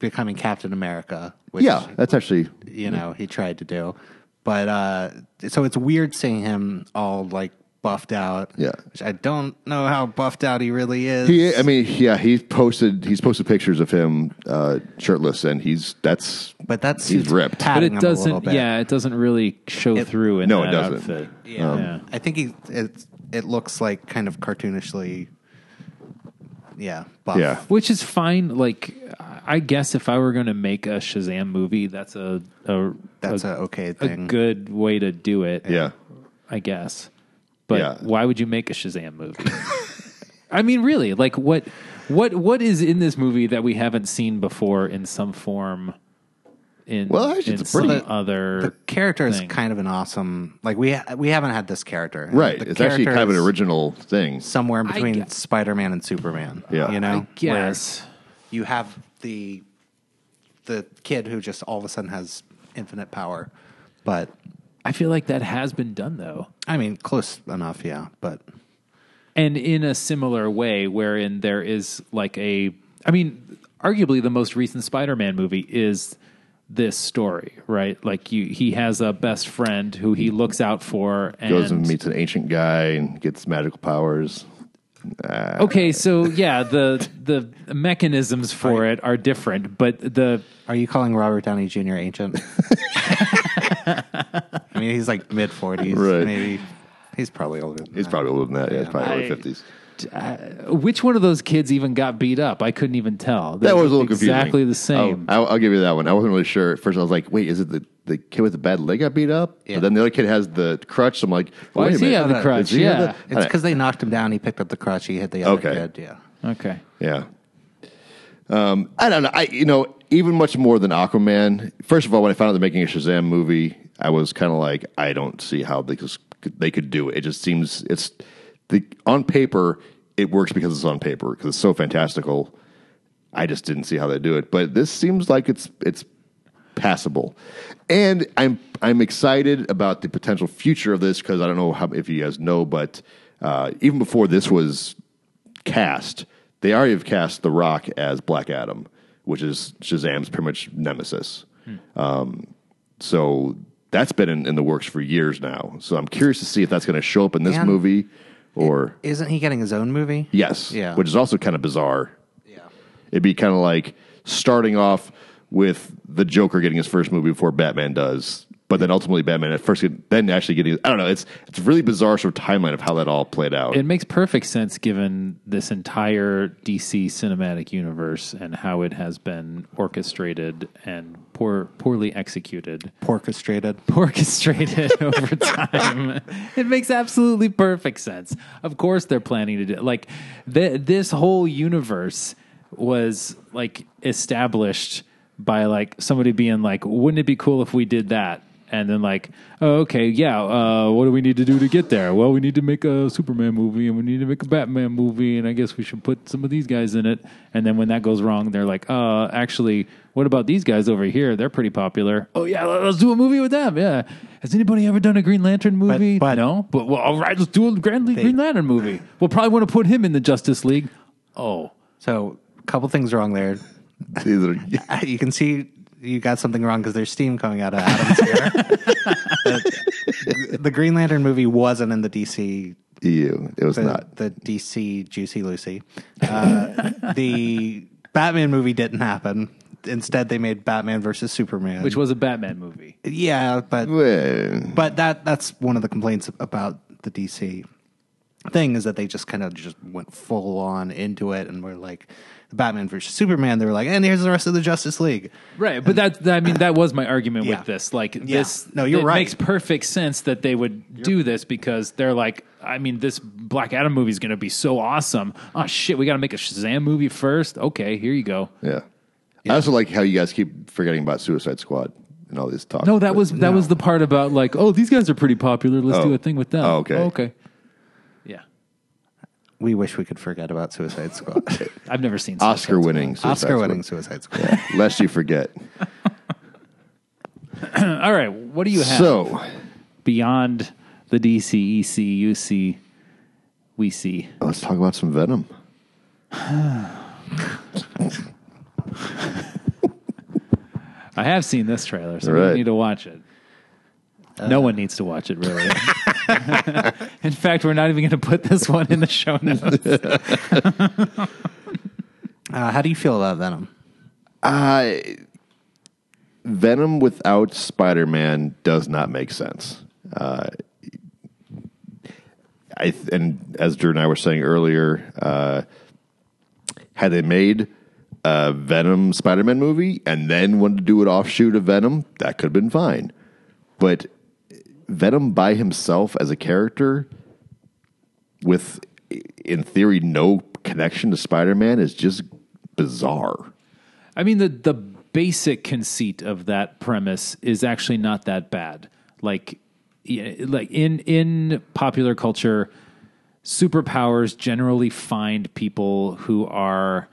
becoming Captain America. Which,
yeah, that's actually
you know he tried to do but uh so it's weird seeing him all like buffed out
Yeah.
which i don't know how buffed out he really is
he. I mean, yeah, he's posted he's posted pictures of him uh, shirtless, and he's that's
but that's
he's ripped.
But
padding him
it
a little
doesn't.
bit.
Yeah, it doesn't really show through in
no, it
that
doesn't.
outfit.
yeah
Um,
Yeah.
i think he it, it looks like kind of cartoonishly yeah buff
yeah,
Which is fine. Like, I guess if I were going to make a Shazam movie, that's a, a
that's
a,
a, okay
a
thing
good way to do it.
yeah,
I guess. But
Yeah.
why would you make a Shazam movie? I mean, really, like what what what is in this movie that we haven't seen before in some form? In
Well, actually,
in
it's pretty-
some
The-
other
the character is
thing.
kind of an awesome like we ha- we haven't had this character
right.
The
It's actually kind of an
character is
original thing.
somewhere in
I
between
gue-
spider-man and superman
Yeah.
you know
I
Where-
guess.
you have the the kid who just all of a sudden has infinite power. But
I feel like that has been done though.
I mean, close enough, yeah. But
and in a similar way wherein there is like a i mean arguably the most recent spider-man movie is this story right like you he has a best friend who he looks out for and
Goes and meets an ancient guy and gets magical powers.
okay so yeah the the mechanisms for it are different but the
are you calling Robert Downey Jr. ancient? I mean, he's like mid forties,
Right.
maybe. He's probably older. Than
He's
that.
probably older than that. Yeah, it's probably
I-
early fifties.
which one of those kids even got beat up i couldn't even tell
That was a little confusing.
exactly the same
Oh, I'll, I'll give you that one. I wasn't really sure. At first, I was like, "Wait, is it the, the kid with the bad leg got beat up?"
Yeah.
But then the other kid has the crutch. So I'm like,
Why
"Wait
does
a
he
minute,
have the
Is
crutch?
he have
Yeah.
the-
It's because they knocked him down. He picked up the crutch. He hit the other
Okay.
kid. Yeah.
okay
Yeah. Um, I don't know. I you know even much more than Aquaman. First of all, when I found out they're making a Shazam movie, I was kind of like, I don't see how they could, they could do it. It just seems it's the on paper it works because it's on paper because it's so fantastical. I just didn't see how they do it, but this seems like it's it's passable, and I'm I'm excited about the potential future of this because I don't know how, if you guys know, but uh, even before this was cast, they already have cast The Rock as Black Adam, which is Shazam's pretty much nemesis.
Hmm.
Um, so that's been in, in the works for years now. So I'm curious to see if that's going to show up in this
And-
movie or
Isn't he getting his own movie?
yes,
Yeah.
which is also kind of bizarre.
Yeah.
It'd be kind of like starting off with the Joker getting his first movie before Batman does. But then ultimately, Batman at first, get- then actually getting, I don't know, it's it's a really bizarre sort of timeline of how that all played out.
It makes perfect sense given this entire DC cinematic universe and how it has been orchestrated and poor, poorly executed,
Orchestrated.
orchestrated over time. It makes absolutely perfect sense. Of course, they're planning to do like th- this whole universe was like established by like somebody being like, "Wouldn't it be cool if we did that?" And then like, oh, okay, yeah. Uh, what do we need to do to get there? Well, we need to make a Superman movie, and we need to make a Batman movie, and I guess we should put some of these guys in it. And then when that goes wrong, they're like, uh, actually, what about these guys over here? They're pretty popular. Oh yeah, let- let's do a movie with them. Yeah. Has anybody ever done a Green Lantern movie?
but-
no. But well, all right, let's do a Grand Green Lantern movie. We'll probably want to put him in the Justice League. Oh,
So a couple things wrong there.
These are-
you can see you got something wrong because there's steam coming out of Adam's hair. the, the Green Lantern movie wasn't in the DC.
Ew, it was
The,
not.
the DC Juicy Lucy. Uh, the Batman movie didn't happen. Instead, they made Batman versus Superman,
which was a Batman movie.
yeah, but
Well,
but that that's one of the complaints about the DC thing is that they just kind of just went full on into it and were like the Batman versus Superman. They were like, and here's the rest of the Justice League.
Right, but that, that I mean that was my argument
Yeah.
with this. Like this,
No, you're
it
right.
Makes perfect sense that they would do this because they're like, I mean, this Black Adam movie is going to be so awesome. Oh shit, we got to make a Shazam movie first. Okay, here you go.
yeah. I also like how you guys keep forgetting about Suicide Squad and all this talk.
No, that was that was the part about like, oh, these guys are pretty popular. Let's
Oh.
do a thing with them.
Oh, okay.
okay. Yeah,
We wish we could forget about Suicide Squad,
I've never seen Suicide
Oscar winning.
Oscar winning Suicide Squad.
Lest you forget.
Squad. All right, what do you have
So,
beyond the E DC, EC, UC, we see?
let's talk about some Venom.
I have seen this trailer, so we
Right.
don't need to watch it. no one needs to watch it, really. in fact, we're not even going to put this one in the show notes.
Uh, how do you feel about Venom?
Uh, Venom without Spider Man does not make sense. Uh, I th- and as Drew and I were saying earlier, uh, had they made a Venom Spider Man movie and then wanted to do an offshoot of Venom, that could have been fine. But Venom by himself as a character with, in theory, no connection to Spider Man is just bizarre.
I mean, the the basic conceit of that premise is actually not that bad. Like, y- like in in popular culture, superpowers generally find people who are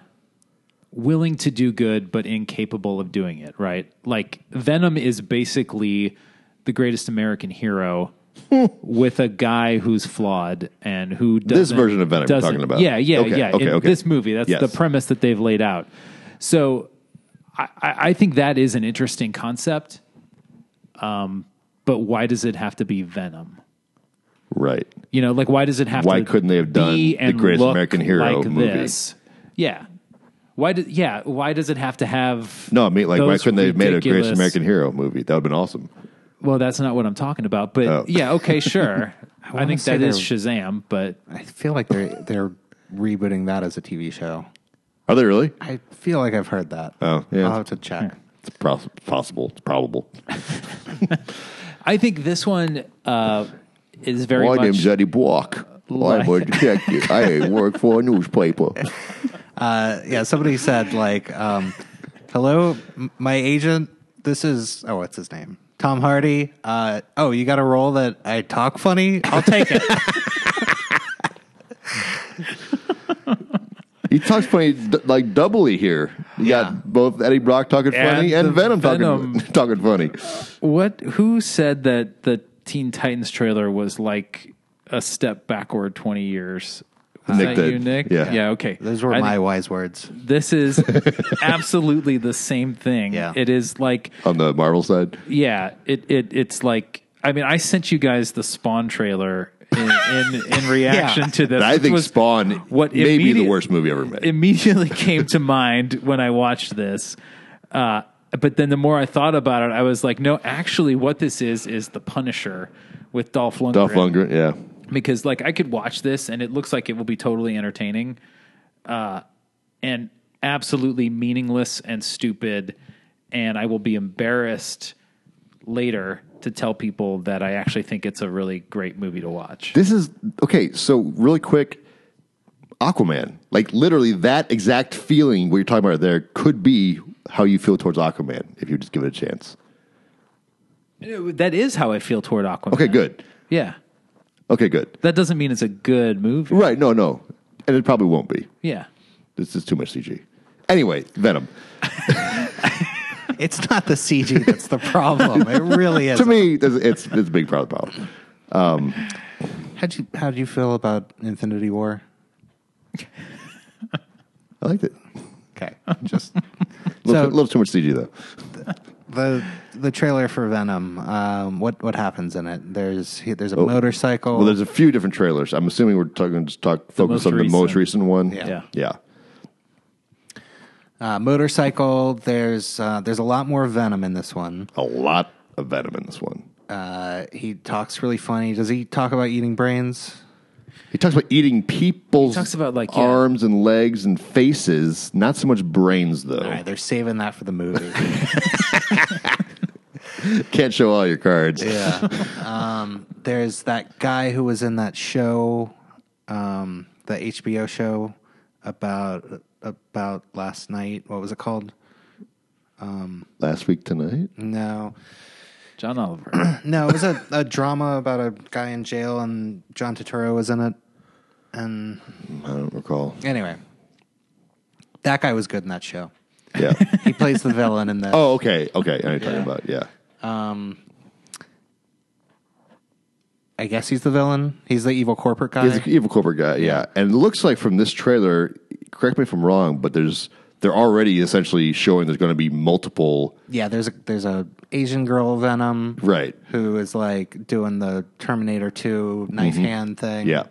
willing to do good but incapable of doing it. Right? Like, Venom is basically the greatest American hero. with a guy who's flawed and who doesn't,
version of Venom you're
doesn't-
talking about.
Yeah, yeah,
Okay,
yeah.
okay,
in
okay.
This movie, that's
Yes.
the premise that they've laid out. So I, I I think that is an interesting concept. Um, but why does it have to be Venom?
Right.
You know, like why does it have
Why
to?
couldn't they have done
be
the
and
Greatest
look
American Hero
like
movie?
This? Yeah. Why do, Yeah. Why does it have to have?
No, I mean, like, why
those
couldn't they have made a Greatest
ridiculous-
American Hero movie? That would have been awesome.
Well, that's not what I'm talking about. But
Oh.
yeah, okay, sure. I,
wanna
think
say
that is
they're-
Shazam, but
I feel like they're they're rebooting that as a TV show.
Are they really?
I feel like I've heard that.
Oh, yeah.
I'll have to check.
It's poss- possible. It's probable.
I think this one uh, is very
My
much.
name's Eddie Block. I'm a detective. I work for a newspaper.
yeah, somebody said like, um, "Hello, m- my agent. This is oh, what's his name? Tom Hardy. Uh, oh, you got a role that I talk funny. I'll take it.
He talks funny d- like doubly here. You
Yeah.
got both Eddie Brock talking
And
funny and
the
Venom,
Venom.
talking talking funny.
What? Who said that the Teen Titans trailer was like a step backward twenty years? Was
Nick
that
did.
you, Nick?
Yeah.
Yeah. Okay.
Those were
I
my
think
wise words.
This is absolutely the same thing.
Yeah.
It is like
On the Marvel side,
yeah. It it it's like I mean I sent you guys the Spawn trailer in in, in reaction to this.
I
which
think
was
Spawn
what
may be the
immediate-
worst movie ever made.
immediately came to mind when I watched this. Uh, but then the more I thought about it, I was like, no, actually, what this is is the Punisher with Dolph Lundgren.
Dolph Lundgren, yeah.
Because like I could watch this and it looks like it will be totally entertaining, uh, and absolutely meaningless and stupid, and I will be embarrassed later to tell people that I actually think it's a really great movie to watch.
This is okay. So really quick, Aquaman. Like literally, that exact feeling what you're talking about there could be how you feel towards Aquaman if you just give it a chance.
That is how I feel toward Aquaman.
Okay, good.
Yeah.
Okay, good.
That doesn't mean it's a good movie.
Right? No, no, and it probably won't be.
Yeah.
This is too much CG. Anyway, Venom.
It's not the CG that's the problem. It really is.
To me, it's it's, it's a big part of the problem.
how'd you how'd you feel about Infinity War?
I liked it.
Okay, just
A little,
So-
too, little too much CG though.
the the trailer for Venom. Um, what what happens in it? There's there's a motorcycle.
Oh. Well, there's a few different trailers. I'm assuming we're talking just talk focus
most
on the most
recent.
recent one.
Yeah.
yeah.
Uh, motorcycle. There's uh, there's a lot more venom in this one.
A lot of venom in this one.
Uh, he talks really funny. Does he talk about eating brains?
He talks about eating people's
He talks about, like, yeah.
arms and legs and faces, not so much brains though.
All right, they're saving that for the movie.
Can't show all your cards.
yeah. Um, there's that guy who was in that show, um, the HBO show about about last night. What was it called?
Last week tonight.
Mm. No.
John Oliver.
No, it was a, a drama about a guy in jail, and John Turturro was in it. And
I don't recall.
anyway, that guy was good in that show.
Yeah.
He plays the villain in that.
oh, okay. Okay. I know what you're talking about. Yeah.
I guess he's the villain. He's the evil corporate guy.
He's an evil corporate guy. Yeah. And it looks like from this trailer, correct me if I'm wrong, but there's they're already essentially showing there's going to be multiple.
yeah, there's a there's a Asian girl Venom,
Right.
Who is like doing the Terminator Two knife hand thing?
Mm-hmm. Yeah.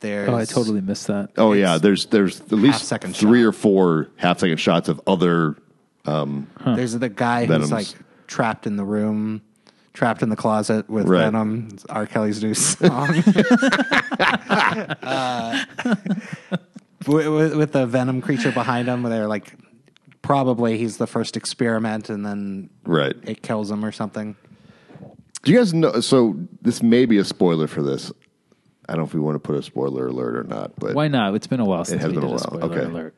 There's
oh, I totally missed that.
Oh yeah, there's there's at least
half-second
three
shot.
or four half second shots of other
There's the guy
Venoms.
who's like trapped in the room, trapped in the closet with
Right.
Venom. It's R. Kelly's new song. Uh, with, with- with the Venom creature behind him, they're like, probably he's the first experiment, and then
right.
it kills him or something.
Do you guys know? So this may be a spoiler for this. I don't know if we want to put a spoiler alert or not, but
Why not? It's been a while since
has
we
been
did
a
a,
while.
spoiler
Okay.
alert.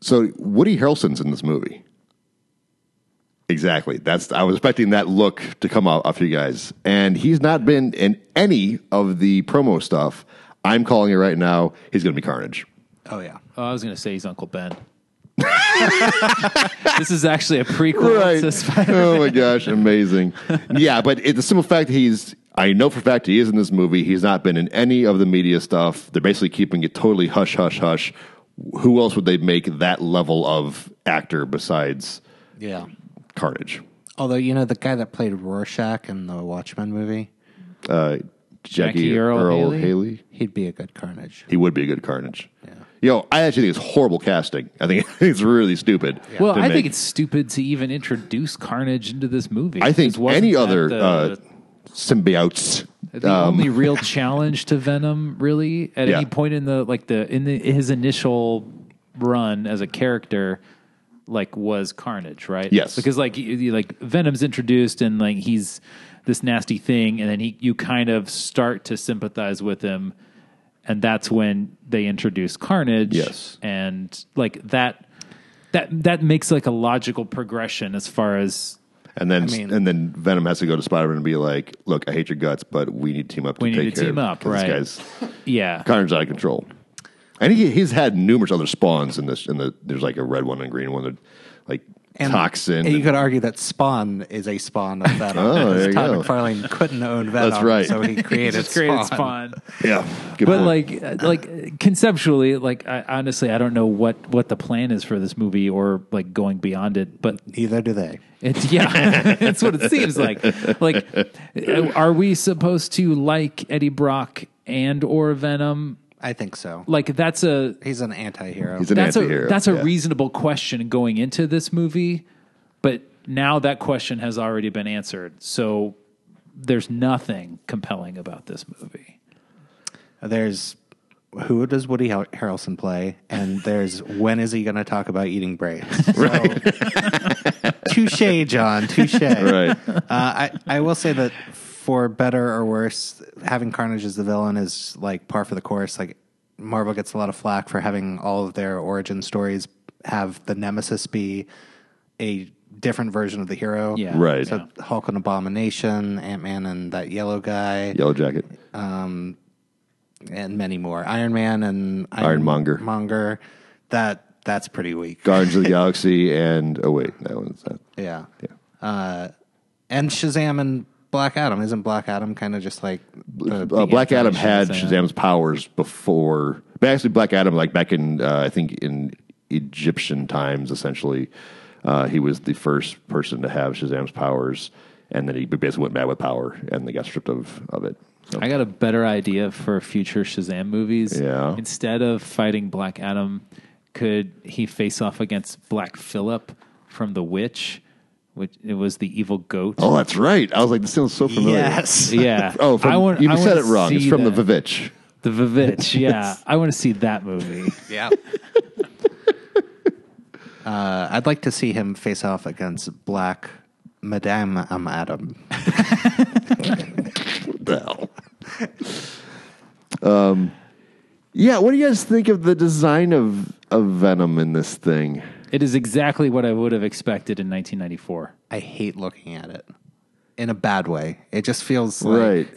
so Woody Harrelson's in this movie. Exactly. That's I was expecting that look to come out off you guys, and he's not been in any of the promo stuff. I'm calling it right now. He's going to be Carnage.
Oh yeah,
Oh, I was going to say he's Uncle Ben. this is actually a prequel to Spider.
oh my gosh, amazing. yeah, but it, the simple fact that he's I know for a fact he is in this movie. He's not been in any of the media stuff. They're basically keeping it totally hush hush hush. Who else would they make that level of actor besides
yeah.
Carnage?
Although you know the guy that played Rorschach in the Watchmen movie,
Uh, Jackie,
Jackie
Earl,
Earl
Haley?
Haley?
he'd be a good Carnage.
He would be a good Carnage. Yo, I actually think it's horrible casting. I think it's really stupid.
Well,
to
I
make-
think it's stupid to even introduce Carnage into this movie.
I think
Because wasn't
any
that
other
the,
uh, symbiotes.
the only real challenge to Venom, really, at
Um, Yeah.
any point in the like the in the, his initial run as a character, like was Carnage, right?
Yes.
because like you, you- like Venom's introduced and like he's this nasty thing, and then he you kind of start to sympathize with him, and that's when they introduce Carnage.
Yes.
and like that that that makes like a logical progression as far as
And then,
mean-
and then Venom has to go to Spider Man and be like, "Look, I hate your guts, but we need to team up. To
We need
take
to
care
team
of-
up,
'cause
right.
This guy's
yeah.
Connor's out of control, and he, he's had numerous other spawns in this. In the there's like a red one and green one, that like toxin.
And you
and-
could argue that Spawn is a spawn of Venom.
Oh,
because
there you
Todd
go.
McFarlane couldn't own Venom,
That's right.
so he created,
Just created
Spawn.
Spawn.
yeah, good
but
point.
like uh, like uh, conceptually like I, honestly i don't know what what the plan is for this movie or like going beyond it but
Neither do they.
it's yeah that's what it seems like like uh, are we supposed to like eddie brock and or venom
I think so.
like that's a
He's an anti-hero.
he's an
that's
anti-hero.
a that's a
yeah.
reasonable question going into this movie but now that question has already been answered so there's nothing compelling about this movie
there's who does Woody Har- Harrelson play, and there's when is he going to talk about eating brains? So, touche, John. Touche.
right.
Uh, I I will say that for better or worse, having Carnage as the villain is like par for the course. Like Marvel gets a lot of flack for having all of their origin stories have the nemesis be a different version of the hero.
yeah
Right.
So-
Hulk and Abomination, Ant Man and that yellow guy
Yellow jacket.
and many more. Iron Man and
Ironmonger.
Monger. That that's pretty weak.
Guardians of the Galaxy and oh wait, that one's not.
yeah. Uh, and Shazam and Black Adam. Isn't Black Adam kind of just like the-
uh, Black Adam had
anti-Shazam.
Shazam's powers before. But actually, Black Adam, like back in, uh, I think in Egyptian times, essentially, uh, he was the first person to have Shazam's powers, and then he basically went mad with power, and they got stripped of of it. So,
I got a better idea for future Shazam movies.
Yeah.
Instead of fighting Black Adam, could he face off against Black Phillip from The Witch, which it was the evil goat.
Oh, that's right. I was like, this sounds so familiar.
Yes.
Yeah.
Oh, from,
I want,
you
I
said
wanna
it wrong. It's
see
from the
that.
Vivitch.
The Vivitch, yeah. I want to see that movie.
Yeah. uh, I'd like to see him face off against Black Madame um, Adam.
What the hell? um, yeah. What do you guys think of the design of of Venom in this thing?
It is exactly what I would have expected in 1994.
I hate looking at it in a bad way. It just feels like,
Right.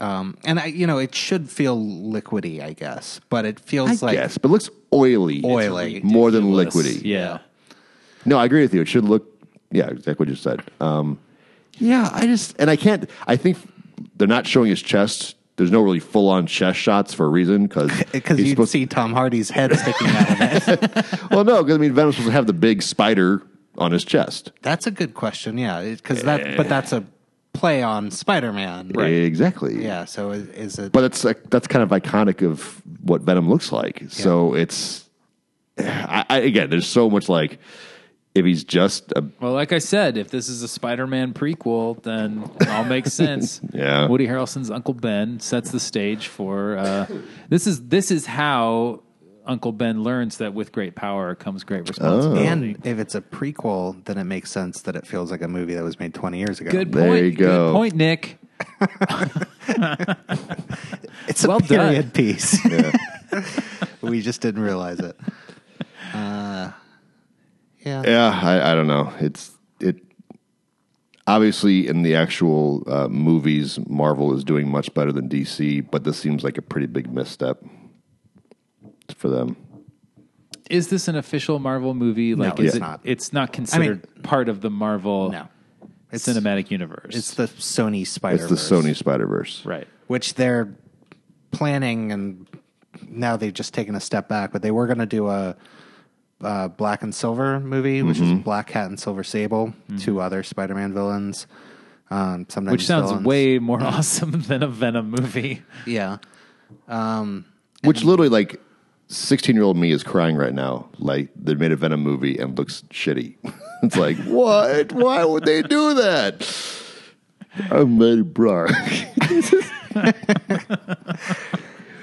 um, and I, you know, it should feel liquidy, I guess, but it feels
I
like
guess, but it looks oily.
Oily.
It's More than liquidy.
Yeah.
No, I agree with you. It should look, yeah, exactly what you said. Um, yeah, I just, and I can't, I think they're not showing his chest. There's no really full on chest shots for a reason because
because you'd see Tom Hardy's head sticking out of it.
Well, no, because I mean, Venom's supposed to have the big spider on his chest.
That's a good question. Yeah, because that, but that's a play on Spider-Man.
Exactly.
Yeah. So is, is it?
But it's like, that's kind of iconic of what Venom looks like. So it's, I, I, again, there's so much like, if he's just a
Well, like I said, if this is a Spider-Man prequel, then it all makes sense.
Yeah.
Woody Harrelson's Uncle Ben sets the stage for uh, this is this is how Uncle Ben learns that with great power comes great
Oh, uh,
responsibility.
and if it's a prequel, then it makes sense that it feels like a movie that was made 20 years ago.
Good
There
point.
you go.
Good point, Nick.
It's a
Well done.
period piece. we just didn't realize it. Uh, yeah.
Yeah, I, I don't know. It's it obviously in the actual uh, movies, Marvel is doing much better than DC, but this seems like a pretty big misstep for them.
Is this an official Marvel movie? Like, is
it's
it?
not.
It's not considered part of the Marvel
No. It's,
cinematic universe.
it's the Sony Spider
It's the Sony Spider Verse,
right.
which they're planning, and now they've just taken a step back, but they were going to do a. Uh, Black and Silver movie, which
Mm-hmm.
is Black Cat and Silver Sable, two other Spider-Man villains. Um, sometimes
Mm. Which sounds
villains.
way more awesome than a Venom movie.
yeah.
which literally like sixteen year old me is crying right now. Like they made a Venom movie and looks shitty. it's like what? Why would they do that? I'm Lady Brock.
Hey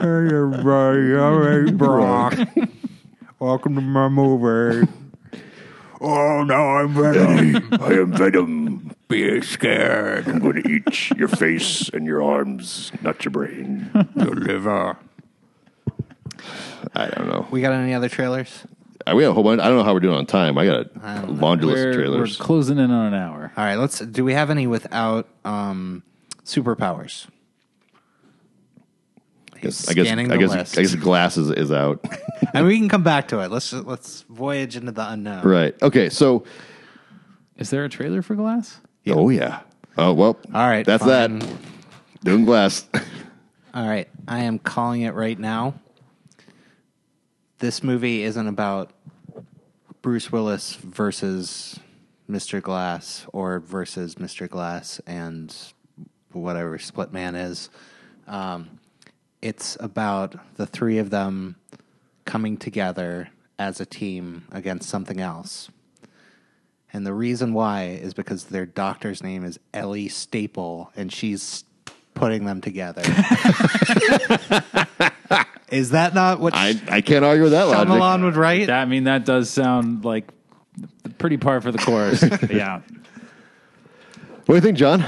everybody, I'm A. Brock. Welcome to my movie. Oh, now I'm ready.
I am Venom.
Be scared,
I'm going to eat your face and your arms, not your brain.
your liver.
I don't know.
We got any other trailers?
Uh, We have a whole bunch. I don't know how we're doing on time. I got a laundry list of
We're, we're
trailers.
closing in on an hour.
All right, let's. Do we have any without um, superpowers? He's
I guess,
scanning
I
the
guess,
list.
I guess glass is, is out.
and we can come back to it. Let's just, let's voyage into the unknown.
right. Okay. So,
Is there a trailer for Glass?
oh, yeah. Oh, well.
All right,
That's
fine.
that. Doing glass.
All right, I am calling it right now. This movie isn't about Bruce Willis versus Mr. Glass or versus Mr. Glass and whatever Split Man is. Um, it's about the three of them coming together as a team against something else. And the reason why is because their doctor's name is Ellie Staple, and she's putting them together. is that not what
I, I can't argue with that
Shyamalan
logic.
would write?
That, I mean, that does sound like pretty par for the course. yeah.
What do you think, John?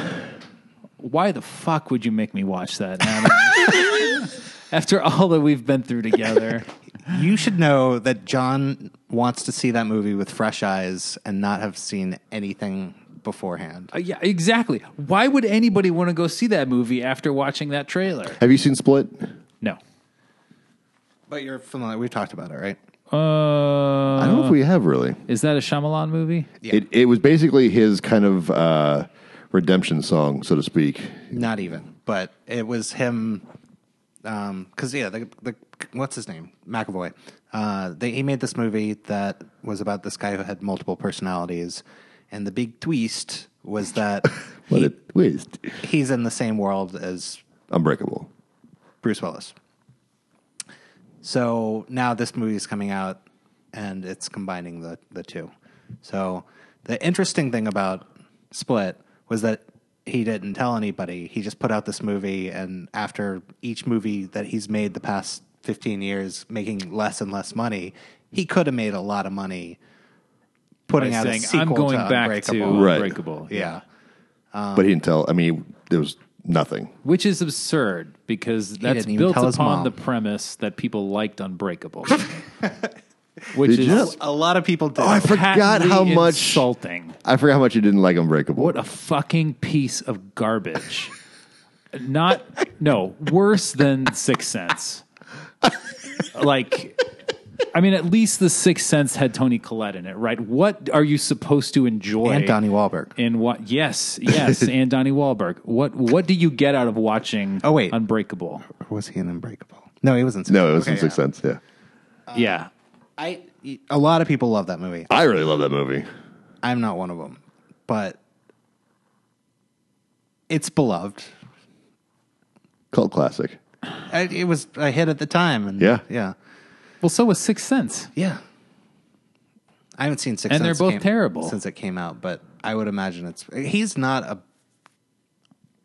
Why the fuck would you make me watch that? Adam? After all that we've been through together,
You should know that John wants to see that movie with fresh eyes and not have seen anything beforehand.
Uh, yeah, exactly. Why would anybody want to go see that movie after watching that trailer?
Have you seen Split?
Uh,
No,
But you're familiar. We've talked about it, right?
uh,
I don't know if we have really.
is that a Shyamalan movie?
Yeah.
It, it was basically his kind of uh, redemption song, so to speak.
Not even. But it was him. Um, cause yeah, the, the what's his name? McAvoy. Uh, they he made this movie that was about this guy who had multiple personalities, and the big twist was that
What
he-
a twist.
he's in the same world as
Unbreakable.
Bruce Willis. So now this movie is coming out and it's combining the the two. So the interesting thing about Split was that he didn't tell anybody. He just put out this movie, and after each movie that he's made the past fifteen years, making less and less money, he could have made a lot of money putting
By
out
saying,
a
I'm
sequel
going
to
back to
Unbreakable.
Right.
Unbreakable.
Yeah.
but he didn't tell. I mean, there was nothing.
Which is absurd because that's
didn't even
built
tell his mom.
upon the premise that people liked Unbreakable. which
Did
is
you?
A lot of people did.
Oh, I forgot
patently
how much.
insulting.
I forgot how much you didn't like Unbreakable.
What a fucking piece of garbage. Not no, worse than Sixth Sense. Like I mean, at least the Sixth Sense had Tony Collette in it, right? What are you supposed to enjoy?
and Donnie Wahlberg.
And what? Yes, yes, and Donnie Wahlberg. What? What do you get out of watching?
Oh, wait.
Unbreakable.
Or was he in Unbreakable? No, he wasn't.
no, it was in
Okay,
Sixth Sense. Yeah,
Uh,
yeah,
I a lot of people love that movie.
I really love that movie.
I'm not one of them, but it's beloved.
Cult classic.
I, it was a hit at the time, and
Yeah.
yeah,
Well, so was Sixth Sense.
yeah. I haven't seen Six,
And they're
since it
both
came-
terrible.
since it came out, but I would imagine it's. He's not a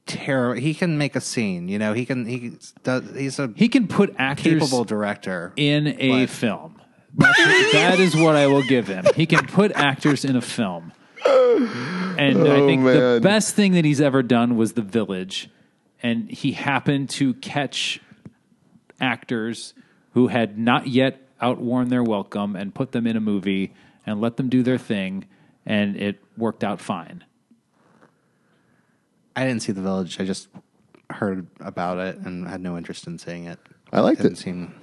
terrible. He can make a scene, you know. He can. He does. He's a
He can put actors
capable director.
in a
What?
film. That's, that is what I will give him. He can put actors in a film. And I think the
man.
best thing that he's ever done was The Village. And he happened to catch actors who had not yet outworn their welcome and put them in a movie and let them do their thing. And it worked out fine.
I didn't see The Village. I just heard about it and had no interest in seeing it.
I liked
didn't
it.
Seem,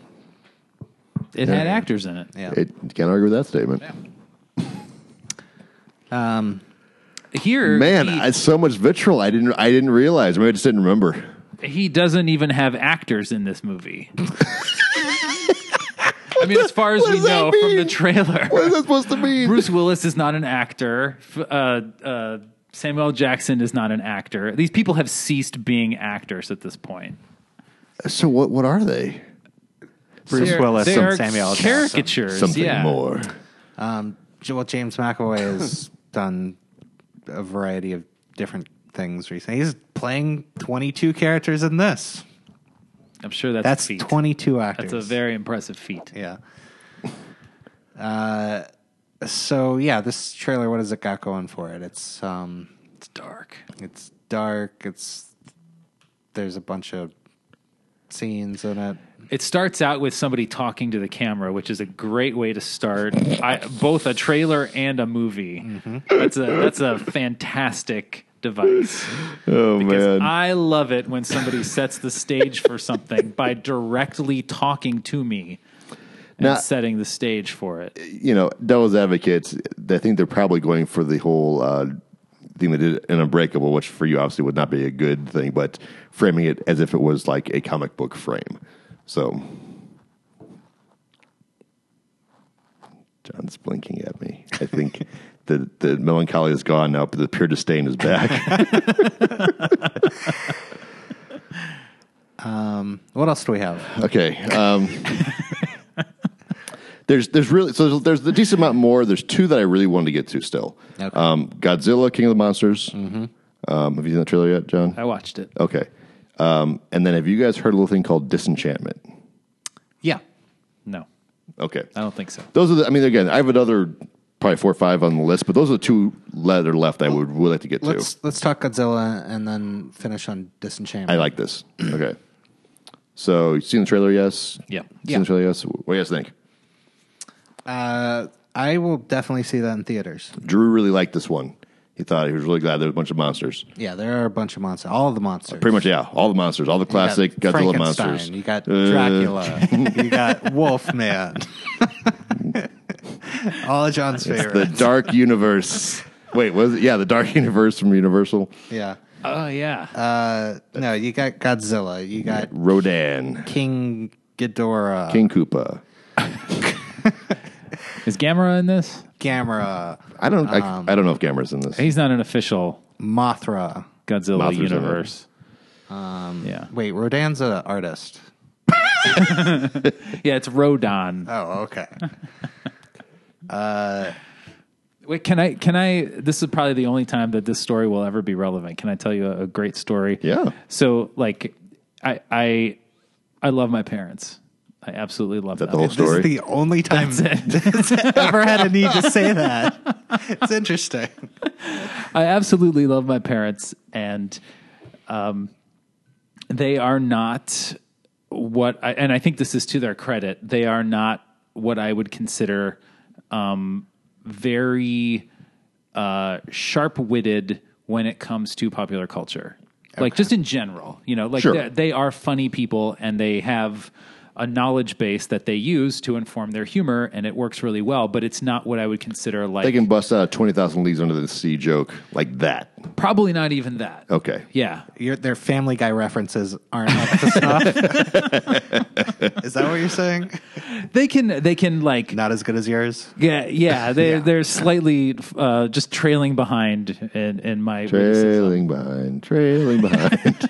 It had actors in it.
yeah.
It, you can't argue with that statement.
Here,
Man,
he-
I, so much vitriol. I didn't. I didn't realize. Maybe I just didn't remember.
he doesn't even have actors in this movie. I mean, as far as
What
we
does that
know from the
mean?
trailer,
What is that supposed to mean?
Bruce Willis is not an actor. F- Uh, uh, Samuel L. Jackson is not an actor. These people have ceased being actors at this point.
So what? What are they?
Bruce
They're-
Willis
they
and
are
Samuel L. Jackson.
Caricatures.
Something
yeah.
more.
J- Well, James McAvoy has done a variety of different things recently. He's playing 22 characters in this.
I'm sure that's,
That's
a feat.
22 actors.
That's a very impressive feat.
yeah. Uh, so yeah, this trailer. What has it got going for it? It's um,
It's dark.
it's dark. It's there's a bunch of scenes in it.
It starts out with somebody talking to the camera, which is a great way to start I, both a trailer and a movie.
Mm-hmm.
That's a that's a fantastic device.
Oh man.
I love it when somebody sets the stage for something by directly talking to me and
Now-
setting the stage for it.
you know, devil's advocates, I think they're probably going for the whole uh, thing they did in Unbreakable, which for you obviously would not be a good thing, but framing it as if it was like a comic book frame. So, John's blinking at me. I think the the melancholy is gone now, but the pure disdain is back.
What else do we have?
okay. Um, There's, there's really so there's, there's a decent amount more. There's two that I really wanted to get to still.
Okay. Mm-hmm.
Um, Godzilla, King of the Monsters. Um, have you seen that trailer yet, John?
I watched it.
Okay. Um, and then have you guys heard a little thing called Disenchantment?
Yeah,
No,
Okay.
I
Oh.
don't think so.
Those are the, I mean, again, I have another probably four or five on the list, but those are the two that are left I would, would like to get to.
let's let's talk Godzilla and then finish on Disenchantment.
I like this. Okay. So, you seen the trailer, yes?
Yeah.
Seen
Yeah.
the trailer, yes? What do you guys think?
I will definitely see that in theaters.
Drew really liked this one. He thought he was really glad there was a bunch of monsters.
Yeah, there are a bunch of monsters. All the monsters.
Pretty much, yeah. All the monsters, all the
You got
classic Godzilla
Frankenstein,
monsters.
You got
Uh,
Dracula. you got Wolfman. All of John's
The
favorites.
Dark Universe. Wait, was it? Yeah, the Dark Universe from Universal.
yeah.
Oh yeah,
Uh,
No, you got Godzilla. You got
Rodan,
King Ghidorah.
King Koopa.
is Gamera in this?
Gamera.
I don't.
Um,
I, I don't know if Gamera's in this.
He's not an official
Mothra.
Godzilla
Mothra's in it.
universe. Um, yeah,
Wait, Rodan's an artist.
yeah, it's Rodan.
Oh, okay.
Wait, can I? Can I? This is probably the only time that this story will ever be relevant. Can I tell you a, a great story?
Yeah.
So, like, I I I love my parents. I absolutely love
that
them.
the whole
This
story?
is the only time I've ever had a need to say that. It's interesting.
I absolutely love my parents, and um, they are not what I, and I think this is to their credit. They are not what I would consider um, very uh, sharp witted when it comes to popular culture, like just in general. You know, like
Sure.
they- they are funny people, and they have. A knowledge base that they use to inform their humor, and it works really well. But it's not what I would consider like
they can bust out a 20,000 Leagues Under the Sea joke like that.
probably not even that.
Okay.
Yeah,
Your, their Family Guy references aren't up to snuff. is that what you're saying?
they can they can like
Not as good as yours.
yeah yeah they they're slightly uh, just trailing behind in in my
uh,
witticism.
Trailing behind, trailing behind.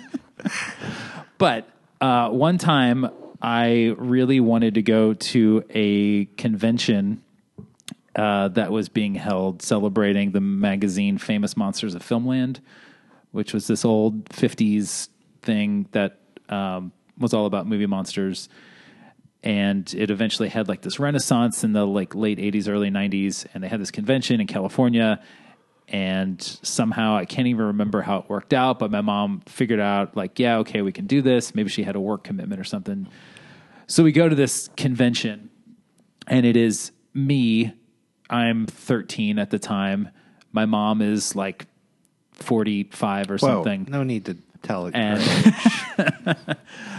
but uh, one time I really wanted to go to a convention uh, that was being held celebrating the magazine Famous Monsters of Filmland, which was this old 50s thing that um, was all about movie monsters. And it eventually had like this renaissance in the like late 80s, early 90s. And they had this convention in California. And somehow I can't even remember how it worked out, but my mom figured out, like, yeah, okay, we can do this. Maybe she had a work commitment or something. So we go to this convention, and it is me. I'm 13 at the time. My mom is like 45 or something.
No need to tell it.
And uh,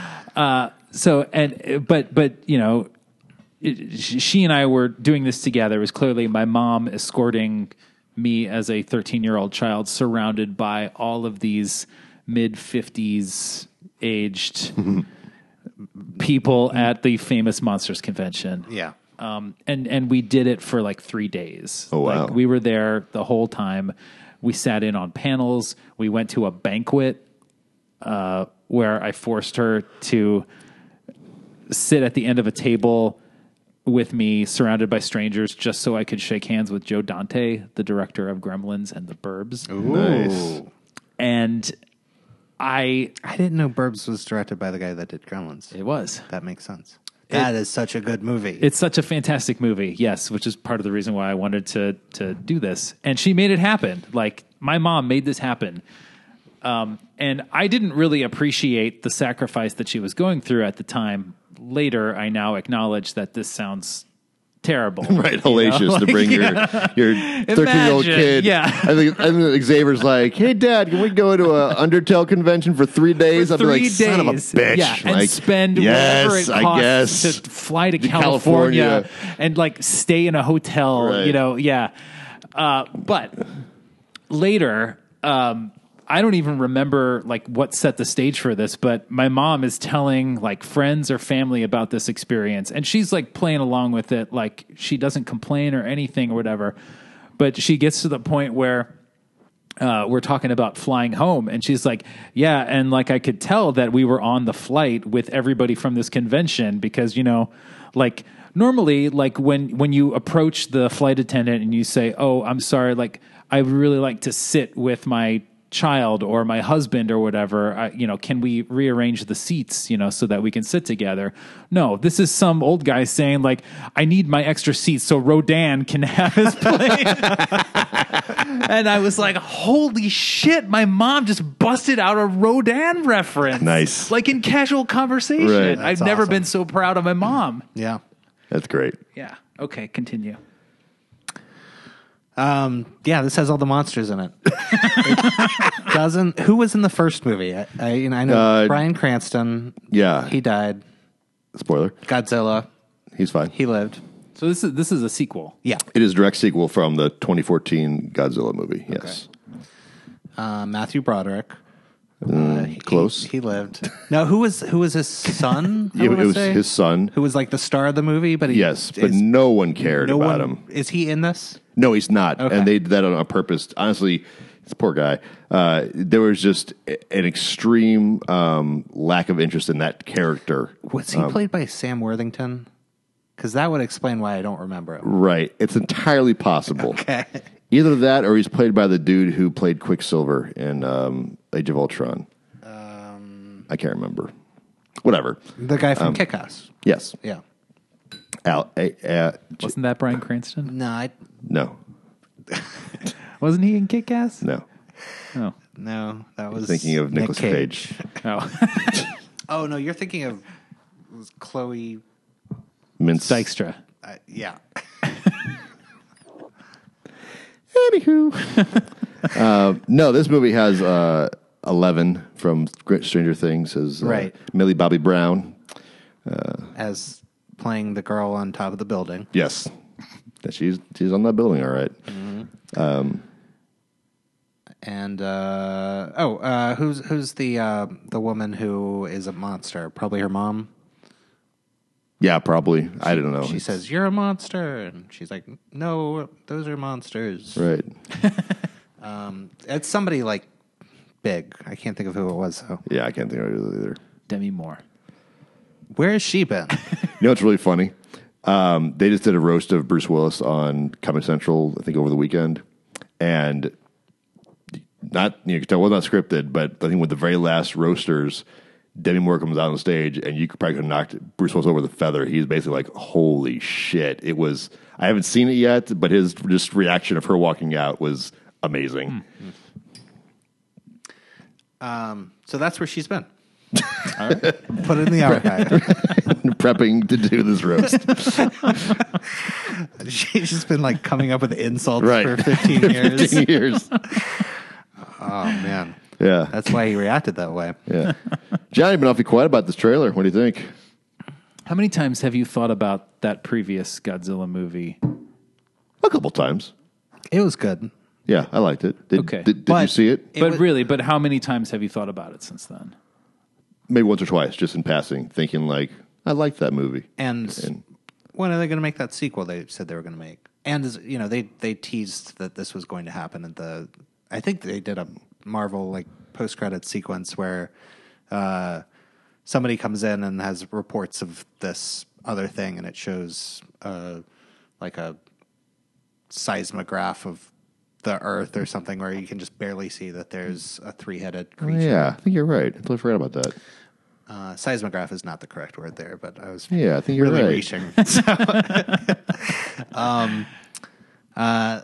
so, and but but you know, it, sh- she and I were doing this together. It was clearly my mom escorting me as a 13 year old child, surrounded by all of these mid 50s aged people at the famous monsters convention.
yeah.
Um, and and we did it for like three days.
Oh, wow.
Like we were there the whole time. We sat in on panels. We went to a banquet uh, where I forced her to sit at the end of a table with me, surrounded by strangers, just so I could shake hands with Joe Dante, the director of Gremlins and The Burbs.
nice.
And I,
I didn't know Burbs was directed by the guy that did Gremlins.
it was.
that makes sense. That is such a good movie.
It's such a fantastic movie, yes, which is part of the reason why I wanted to to do this. And she made it happen. Like my mom made this happen. Um, and I didn't really appreciate the sacrifice that she was going through at the time. Later, I now acknowledge that this sounds terrible.
Right, hellacious to bring your your thirteen year old
Imagine,
kid.
yeah.
I think, I think Xavier's like, "Hey, Dad, can we go to a Undertale convention for three days?" I'll
Three
be like,
days,
"Son of a bitch!"
yeah, and
Like,
spend
yes,
whatever it
I
costs
guess.
to fly to
To
California,
California.
and like stay in a hotel.
Right.
You know, yeah. Uh, but later, um, I don't even remember like what set the stage for this, but my mom is telling like friends or family about this experience, and she's like playing along with it, like she doesn't complain or anything or whatever. But she gets to the point where uh, we're talking about flying home, and she's like, "Yeah," and like I could tell that we were on the flight with everybody from this convention because you know, like normally, like when when you approach the flight attendant and you say, "Oh, I'm sorry," like I would really like to sit with my child or my husband or whatever I, you know can we rearrange the seats you know so that we can sit together no this is some old guy saying like i need my extra seat so rodan can have his place and I was like, holy shit, my mom just busted out a Rodan reference.
Nice.
Like in casual conversation.
Right.
I've
That's
never
awesome.
been so proud of my mom.
yeah.
That's great.
yeah. Okay, continue.
Um, yeah, this has all the monsters in it. It doesn't who was in the first movie? I, I, you know, I know
Uh,
Brian Cranston.
Yeah.
He died.
Spoiler.
Godzilla.
He's fine.
He lived.
So this is this is a sequel.
Yeah.
It is a direct sequel from the 2014 Godzilla movie. Yes.
Uh, Matthew Broderick. Uh, he-
close.
He, lived. No, who was who was his son? I
It- it
wanna
was
say?
his son.
who was like the star of the movie, but he,
Yes, but
is-
no one cared
no
about
one-
him.
Is he in this?
No, he's not.
Okay.
And they did that on purpose. Honestly, this poor guy. Uh, there was just a- an extreme um, lack of interest in that character.
Was he played by Sam Worthington? because that would explain why I don't remember it.
Right. It's entirely possible. Either that or he's played by the dude who played Quicksilver in um, Age of Ultron. Um, I can't remember. Whatever.
The guy
Um,
from Kick Ass.
Yes.
Yeah.
Al, a, a, j-
Wasn't that Brian Cranston?
No, I
no.
Wasn't he in Kick Ass?
No.
No.
no. That was
Thinking of
Nick
Nicolas Cage.
Oh.
Oh no, you're thinking of it was Chloe.
Mince.
Dykstra.
Uh, yeah.
Anywho. uh, no, this movie has uh, Eleven from Great Stranger Things as uh,
Right.
Millie Bobby Brown.
As playing the girl on top of the building.
Yes. That she's she's on that building, all right.
And uh, oh, uh, who's who's the uh, the woman who is a monster? Probably her mom.
Yeah, probably. I don't know.
She says, "You're a monster," and she's like, "No, those are monsters."
right.
It's somebody like big. I can't think of who it was though.
Yeah, I can't think of it either.
Demi Moore.
Where has she been?
You know what's really funny? Um, they just did a roast of Bruce Willis on Comedy Central, I think, over the weekend, and not you can tell it was not scripted, but I think with the very last roasters, Demi Moore comes out on stage, and you could probably could have knocked Bruce Willis over the feather. He's basically like, "Holy shit!" It was. I haven't seen it yet, but his just reaction of her walking out was amazing.
so that's where she's been. Put it in the archive.
Prepping to do this roast,
She's just been like coming up with insults
Right.
for 15 years.
fifteen years.
Oh man,
Yeah,
that's why he reacted that way.
yeah. Johnny, been awfully quiet about this trailer. What do you think?
How many times have you thought about that previous Godzilla movie?
A couple times.
It was good.
Yeah, I liked it. Did,
Okay.
did, did you
But-
see it?
It
but
was-
really, but how many times have you thought about it since then?
Maybe once or twice, just in passing, thinking like, I liked that movie.
And, when are they going to make that sequel they said they were going to make? And you know, they they teased that this was going to happen at the I think they did a Marvel like post-credit sequence where uh somebody comes in and has reports of this other thing and it shows uh like a seismograph of the earth or something where you can just barely see that there's a three-headed creature.
Oh, yeah, I think you're right. I totally forgot about that.
Uh, seismograph is not the correct word there, but I was
Yeah, I think you're
really
right.
reaching. So, um, uh,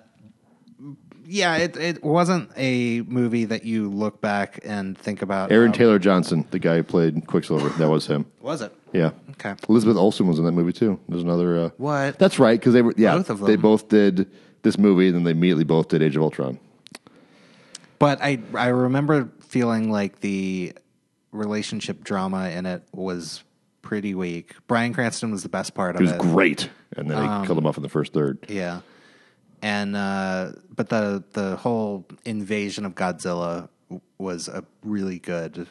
yeah, it, it wasn't a movie that you look back and think about.
Aaron
um,
Taylor Johnson, the guy who played Quicksilver, that was him.
was it?
Yeah.
Okay.
Elizabeth Olsen was in that movie too. There's another. Uh,
What?
That's right, because they were. Yeah,
Both of
they
them.
both did this movie, and then they immediately both did Age of Ultron.
But I I remember feeling like the relationship drama in it was pretty weak. Brian Cranston was the best part of
It was
it.
great, and then they killed him off in the first third.
Yeah. And uh but the the whole invasion of Godzilla w- was a really good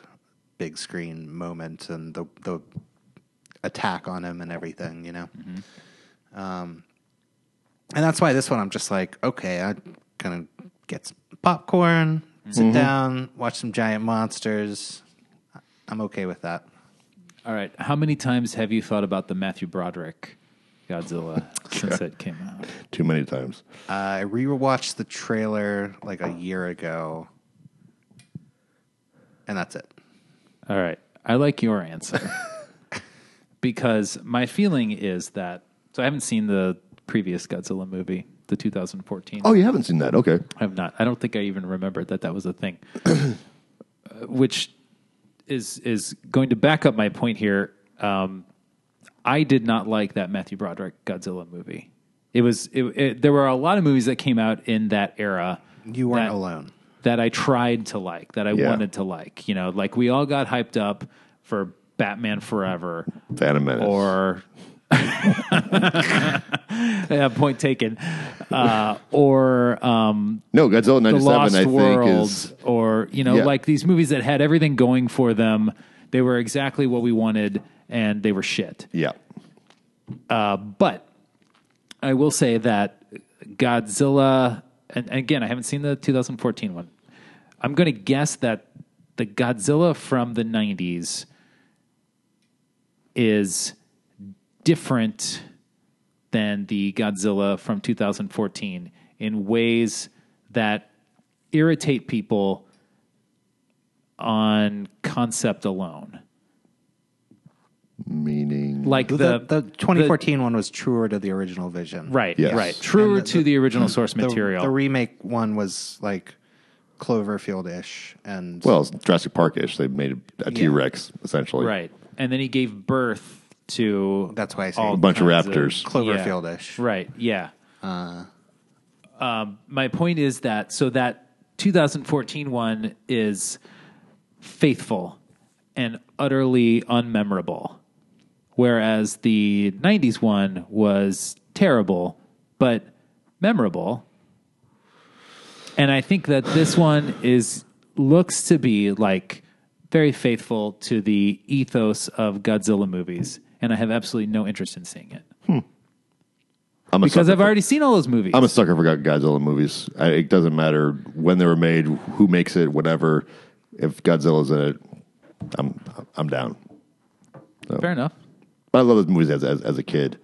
big screen moment and the the attack on him and everything, you know. Um and that's why this one I'm just like, okay, I kind of get some popcorn, sit down, watch some giant monsters. I'm okay with that.
All right. How many times have you thought about the Matthew Broderick Godzilla since it came out?
Too many times.
I rewatched the trailer like a year ago. And that's it.
All right. I like your answer because my feeling is that so I haven't seen the previous Godzilla movie, the 2014.
Oh, you haven't seen that? Okay.
I'm not. I don't think I even remembered that that was a thing, uh, which is is going to back up my point here. Um, I did not like that Matthew Broderick Godzilla movie. It was it, it, there were a lot of movies that came out in that era.
You weren't
that-
alone.
That I tried to like, that I
Yeah.
wanted to like. You know, like we all got hyped up for Batman Forever
Phantom Menace.
or yeah, point taken, uh, or um,
no, Godzilla
the
'97. I
Lost
think
World,
is
or you know,
Yeah.
like these movies that had everything going for them. They were exactly what we wanted, and they were shit.
yeah.
But I will say that Godzilla, and and again, I haven't seen the 2014 one. I'm going to guess that the Godzilla from the 90s is different than the Godzilla from 2014 in ways that irritate people on concept alone.
Meaning,
Like
The, the, 2014
the-
one was truer to the original vision.
right,
Yes.
right,
And
truer
the-
to the original source
The,
material.
the remake one was like Cloverfield ish. And
well, it's Jurassic Park ish. They made a T Rex essentially,
Right. And then he gave birth to
That's why I say
all
A bunch of
kinds
raptors.
Cloverfield ish.
Yeah. Right. Yeah. um, my point is that so that 2014 one is faithful and utterly unmemorable, whereas the 90s one was terrible but memorable. And I think that this one is looks to be like very faithful to the ethos of Godzilla movies, and I have absolutely no interest in seeing it
I'm a
because
sucker
I've
for-
already seen all those movies.
I'm a sucker for Godzilla movies. I, it doesn't matter when they were made, who makes it, whatever. If Godzilla's in it, I'm I'm down.
Fair enough.
I love those movies as, as as a kid.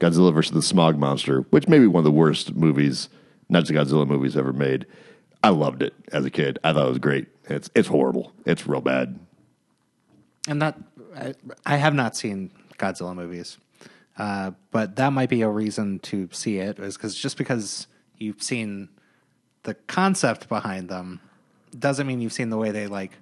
Godzilla versus the Smog Monster, which may be one of the worst movies, not just Godzilla movies ever made. I loved it as a kid. I thought it was great. It's it's horrible. It's real bad.
And that I, I have not seen Godzilla movies, uh, but that might be a reason to see it is because just because you've seen the concept behind them doesn't mean you've seen the way they like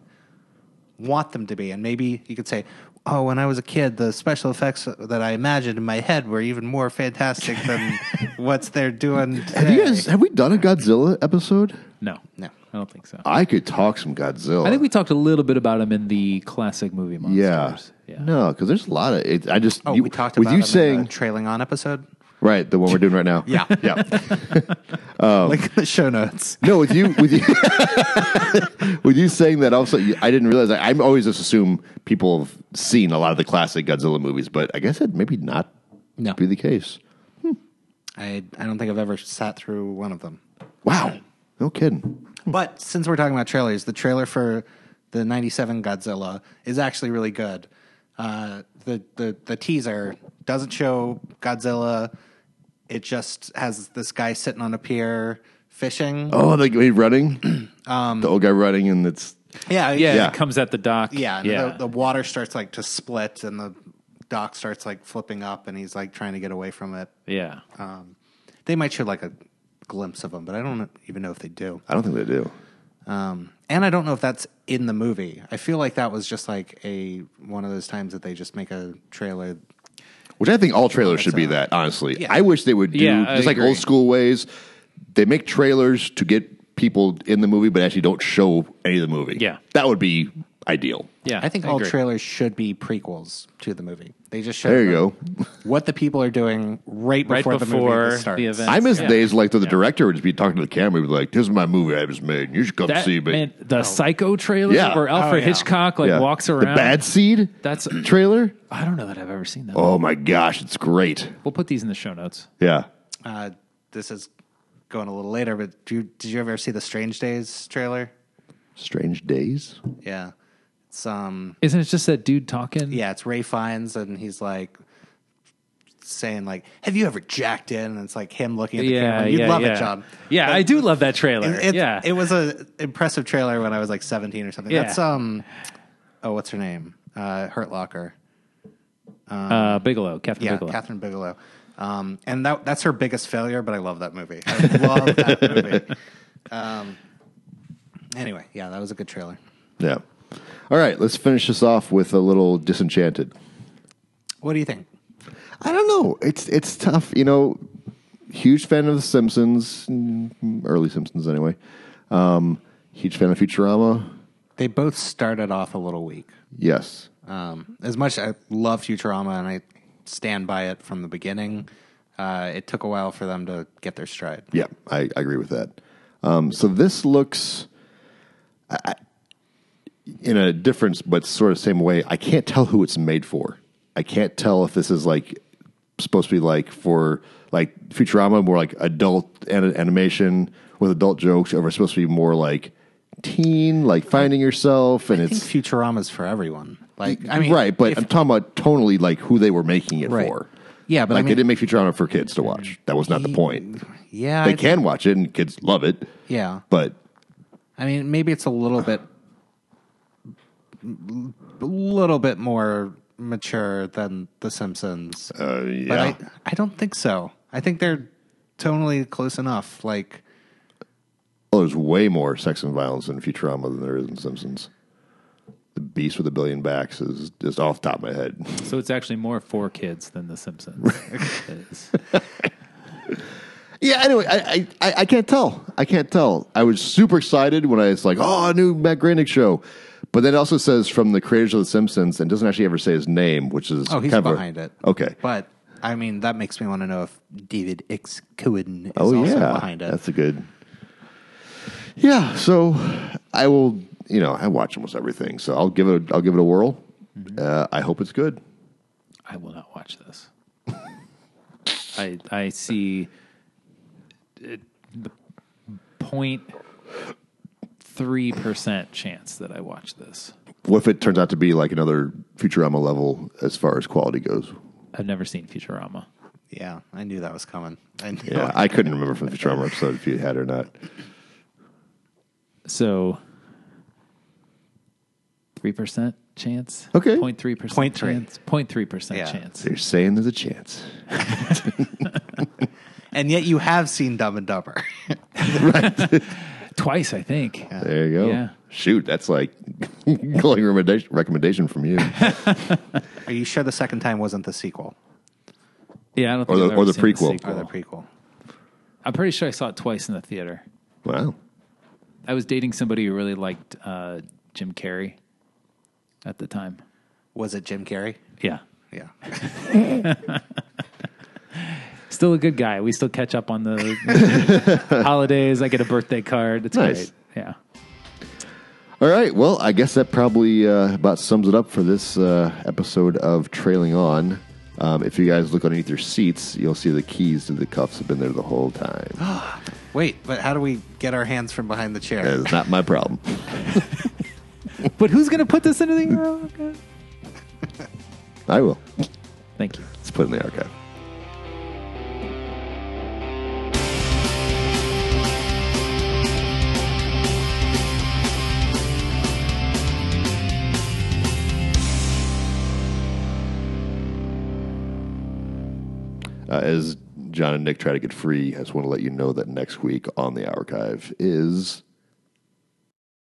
want them to be. And maybe you could say, "Oh, when I was a kid, the special effects that I imagined in my head were even more fantastic than what's they're doing." Today.
Have you guys have we done a Godzilla episode?
No,
No.
I don't think so.
I could talk some Godzilla.
I think we talked a little bit about him in the classic movie
yeah.
monsters.
No, because there's a lot of it. I just
Oh,
you-
we talked
with
about
you
them in
saying
the trailing on episode,
right the one we're doing right now.
Yeah.
yeah. Oh.
like the show notes.
No, with you, with you, with you saying that. Also, you- I didn't realize. I, I'm always just assume people have seen a lot of the classic Godzilla movies, but I guess it maybe not
No.
be the case.
I I don't think I've ever sat through one of them.
Wow, no kidding.
But since we're talking about trailers, the trailer for the '97 Godzilla is actually really good. Uh, the the the teaser doesn't show Godzilla; it just has this guy sitting on a pier fishing.
Oh, the guy running,
Um,
the old guy running, and it's
Yeah,
yeah,
Yeah.
It comes at the dock.
yeah. and
yeah.
The, the water starts like to split, and the dock starts like flipping up, and he's like trying to get away from it.
yeah.
Uh, They might show like a glimpse of him, but I don't even know if they do.
I don't think they do.
Um, and I don't know if that's in the movie. I feel like that was just like a one of those times that they just make a trailer.
Which I think all trailers should be that. Honestly,
Yeah.
I wish they would do
uh, Yeah, I
just like
agree.
old school ways. They make trailers to get people in the movie, but actually don't show any of the movie.
Yeah.
that would be ideal.
yeah.
I think all
agree.
trailers should be prequels to the movie. They just show
There you
them
go.
what the people are doing right
right
before,
before,
the movie even
the,
starts.
event.
I miss
Yeah.
days like that the director would just be talking to the camera, and be like, "This is my movie I just made. You should come
That,
see me."
man, the Psycho trailer
Yeah.
where Alfred
Oh, yeah.
Hitchcock like
Yeah.
walks around.
The Bad Seed
That's
trailer.
I don't know that I've ever seen that.
Oh my gosh, it's great.
We'll put these in the show notes.
Yeah,
Uh, this is going a little later, but do you, did you ever see the Strange Days trailer?
Strange Days.
Yeah, it's um,
Isn't it just that dude talking?
yeah, it's Ray Fiennes, and he's like saying like, "Have you ever jacked in?" And it's like him looking at the
Yeah,
camera. You'd
yeah,
love
yeah.
it, John.
Yeah,
But-
I do love that trailer.
It- it-
yeah,
it was a impressive trailer when I was like seventeen or something.
Yeah.
That's um, oh, what's her name? Uh, Hurt Locker.
uh, Bigelow, Captain
Yeah,
Bigelow.
Catherine Bigelow. Um, and that that's her biggest failure, but I love that movie. I love that movie. Um, anyway, yeah, that was a good trailer.
Yeah. All right, let's finish this off with a little Disenchanted.
What do you think?
I don't know. It's it's tough. You know, huge fan of The Simpsons, mm, early Simpsons anyway. Um, huge fan of Futurama.
They both started off a little weak.
Yes.
Um, as much as I love Futurama and I stand by it from the beginning, uh, it took a while for them to get their stride.
Yeah, I, I agree with that. Um, so this looks I, I- in a difference, but sort of same way. I can't tell who it's made for. I can't tell if this is like supposed to be like for like Futurama, more like adult an- animation with adult jokes, or if it's supposed to be more like teen, like finding yourself, and
I think
it's
Futurama's for everyone. Like, I mean,
right. But
if-
I'm talking about tonally, like who they were making it
Right.
for.
Yeah, but
like
I mean-
they didn't make Futurama for kids to watch. That was not the point.
Yeah,
They
I-
can watch it and kids love it.
Yeah,
But
I mean, maybe it's a little bit, a little bit more mature than The Simpsons.
uh, yeah,
But I, I don't think so. I think they're tonally close enough. Like,
Well, Oh, there's way more sex and violence in Futurama than there is in Simpsons. The Beast with a Billion Backs is just off the top of my head.
So it's actually more for kids than The Simpsons. is.
yeah. Anyway, I, I I I can't tell. I can't tell. I was super excited when I was like, oh, a new Matt Groening show. But then it also says from the creators of The Simpsons and doesn't actually ever say his name, which is
oh, he's
kind of a-
behind it.
Okay.
but I mean, that makes me want to know if David X. Cohen is
oh
also
yeah,
behind it.
That's a good. Yeah, so I will. You know, I watch almost everything, so I'll give it. A, I'll give it a whirl. Uh, I hope it's good.
I will not watch this. I I see uh, point three percent chance that I watch this.
What if it turns out to be like another Futurama level as far as quality goes?
I've never seen Futurama.
yeah, I knew that was coming. I knew
Yeah, I couldn't remember from the Futurama episode if you had or not.
So three percent chance.
Okay.
Point three percent.
0.3.
Chance, point three percent
Yeah.
chance.
They're saying there's a chance.
And yet, you have seen Dumb and Dumber.
Twice, I think.
There you go.
Yeah.
Shoot, that's like glowing recommendation, recommendation from you,
Are you sure the second time wasn't the sequel
Yeah, I don't think
Or the-
I've ever
or the
seen
prequel.
or the
sequel.
prequel?
I'm pretty sure I saw it twice in the theater.
wow,
I was dating somebody who really liked uh, Jim Carrey at the time.
Was it Jim Carrey?
Yeah.
Yeah.
Still a good guy. We still catch up on the holidays. I get a birthday card. It's
Nice.
great. Yeah.
All right. Well, I guess that probably uh, about sums it up for this uh, episode of Trailing On. Um, if you guys look underneath your seats, you'll see the keys to the cuffs have been there the whole time.
Wait, but how do we get our hands from behind the chair?
That is not my problem.
But who's going to put this into the. Oh, okay.
I will.
Thank you.
Let's put it in the archive. Uh, as John and Nick try to get free, I just want to let you know that next week on the archive is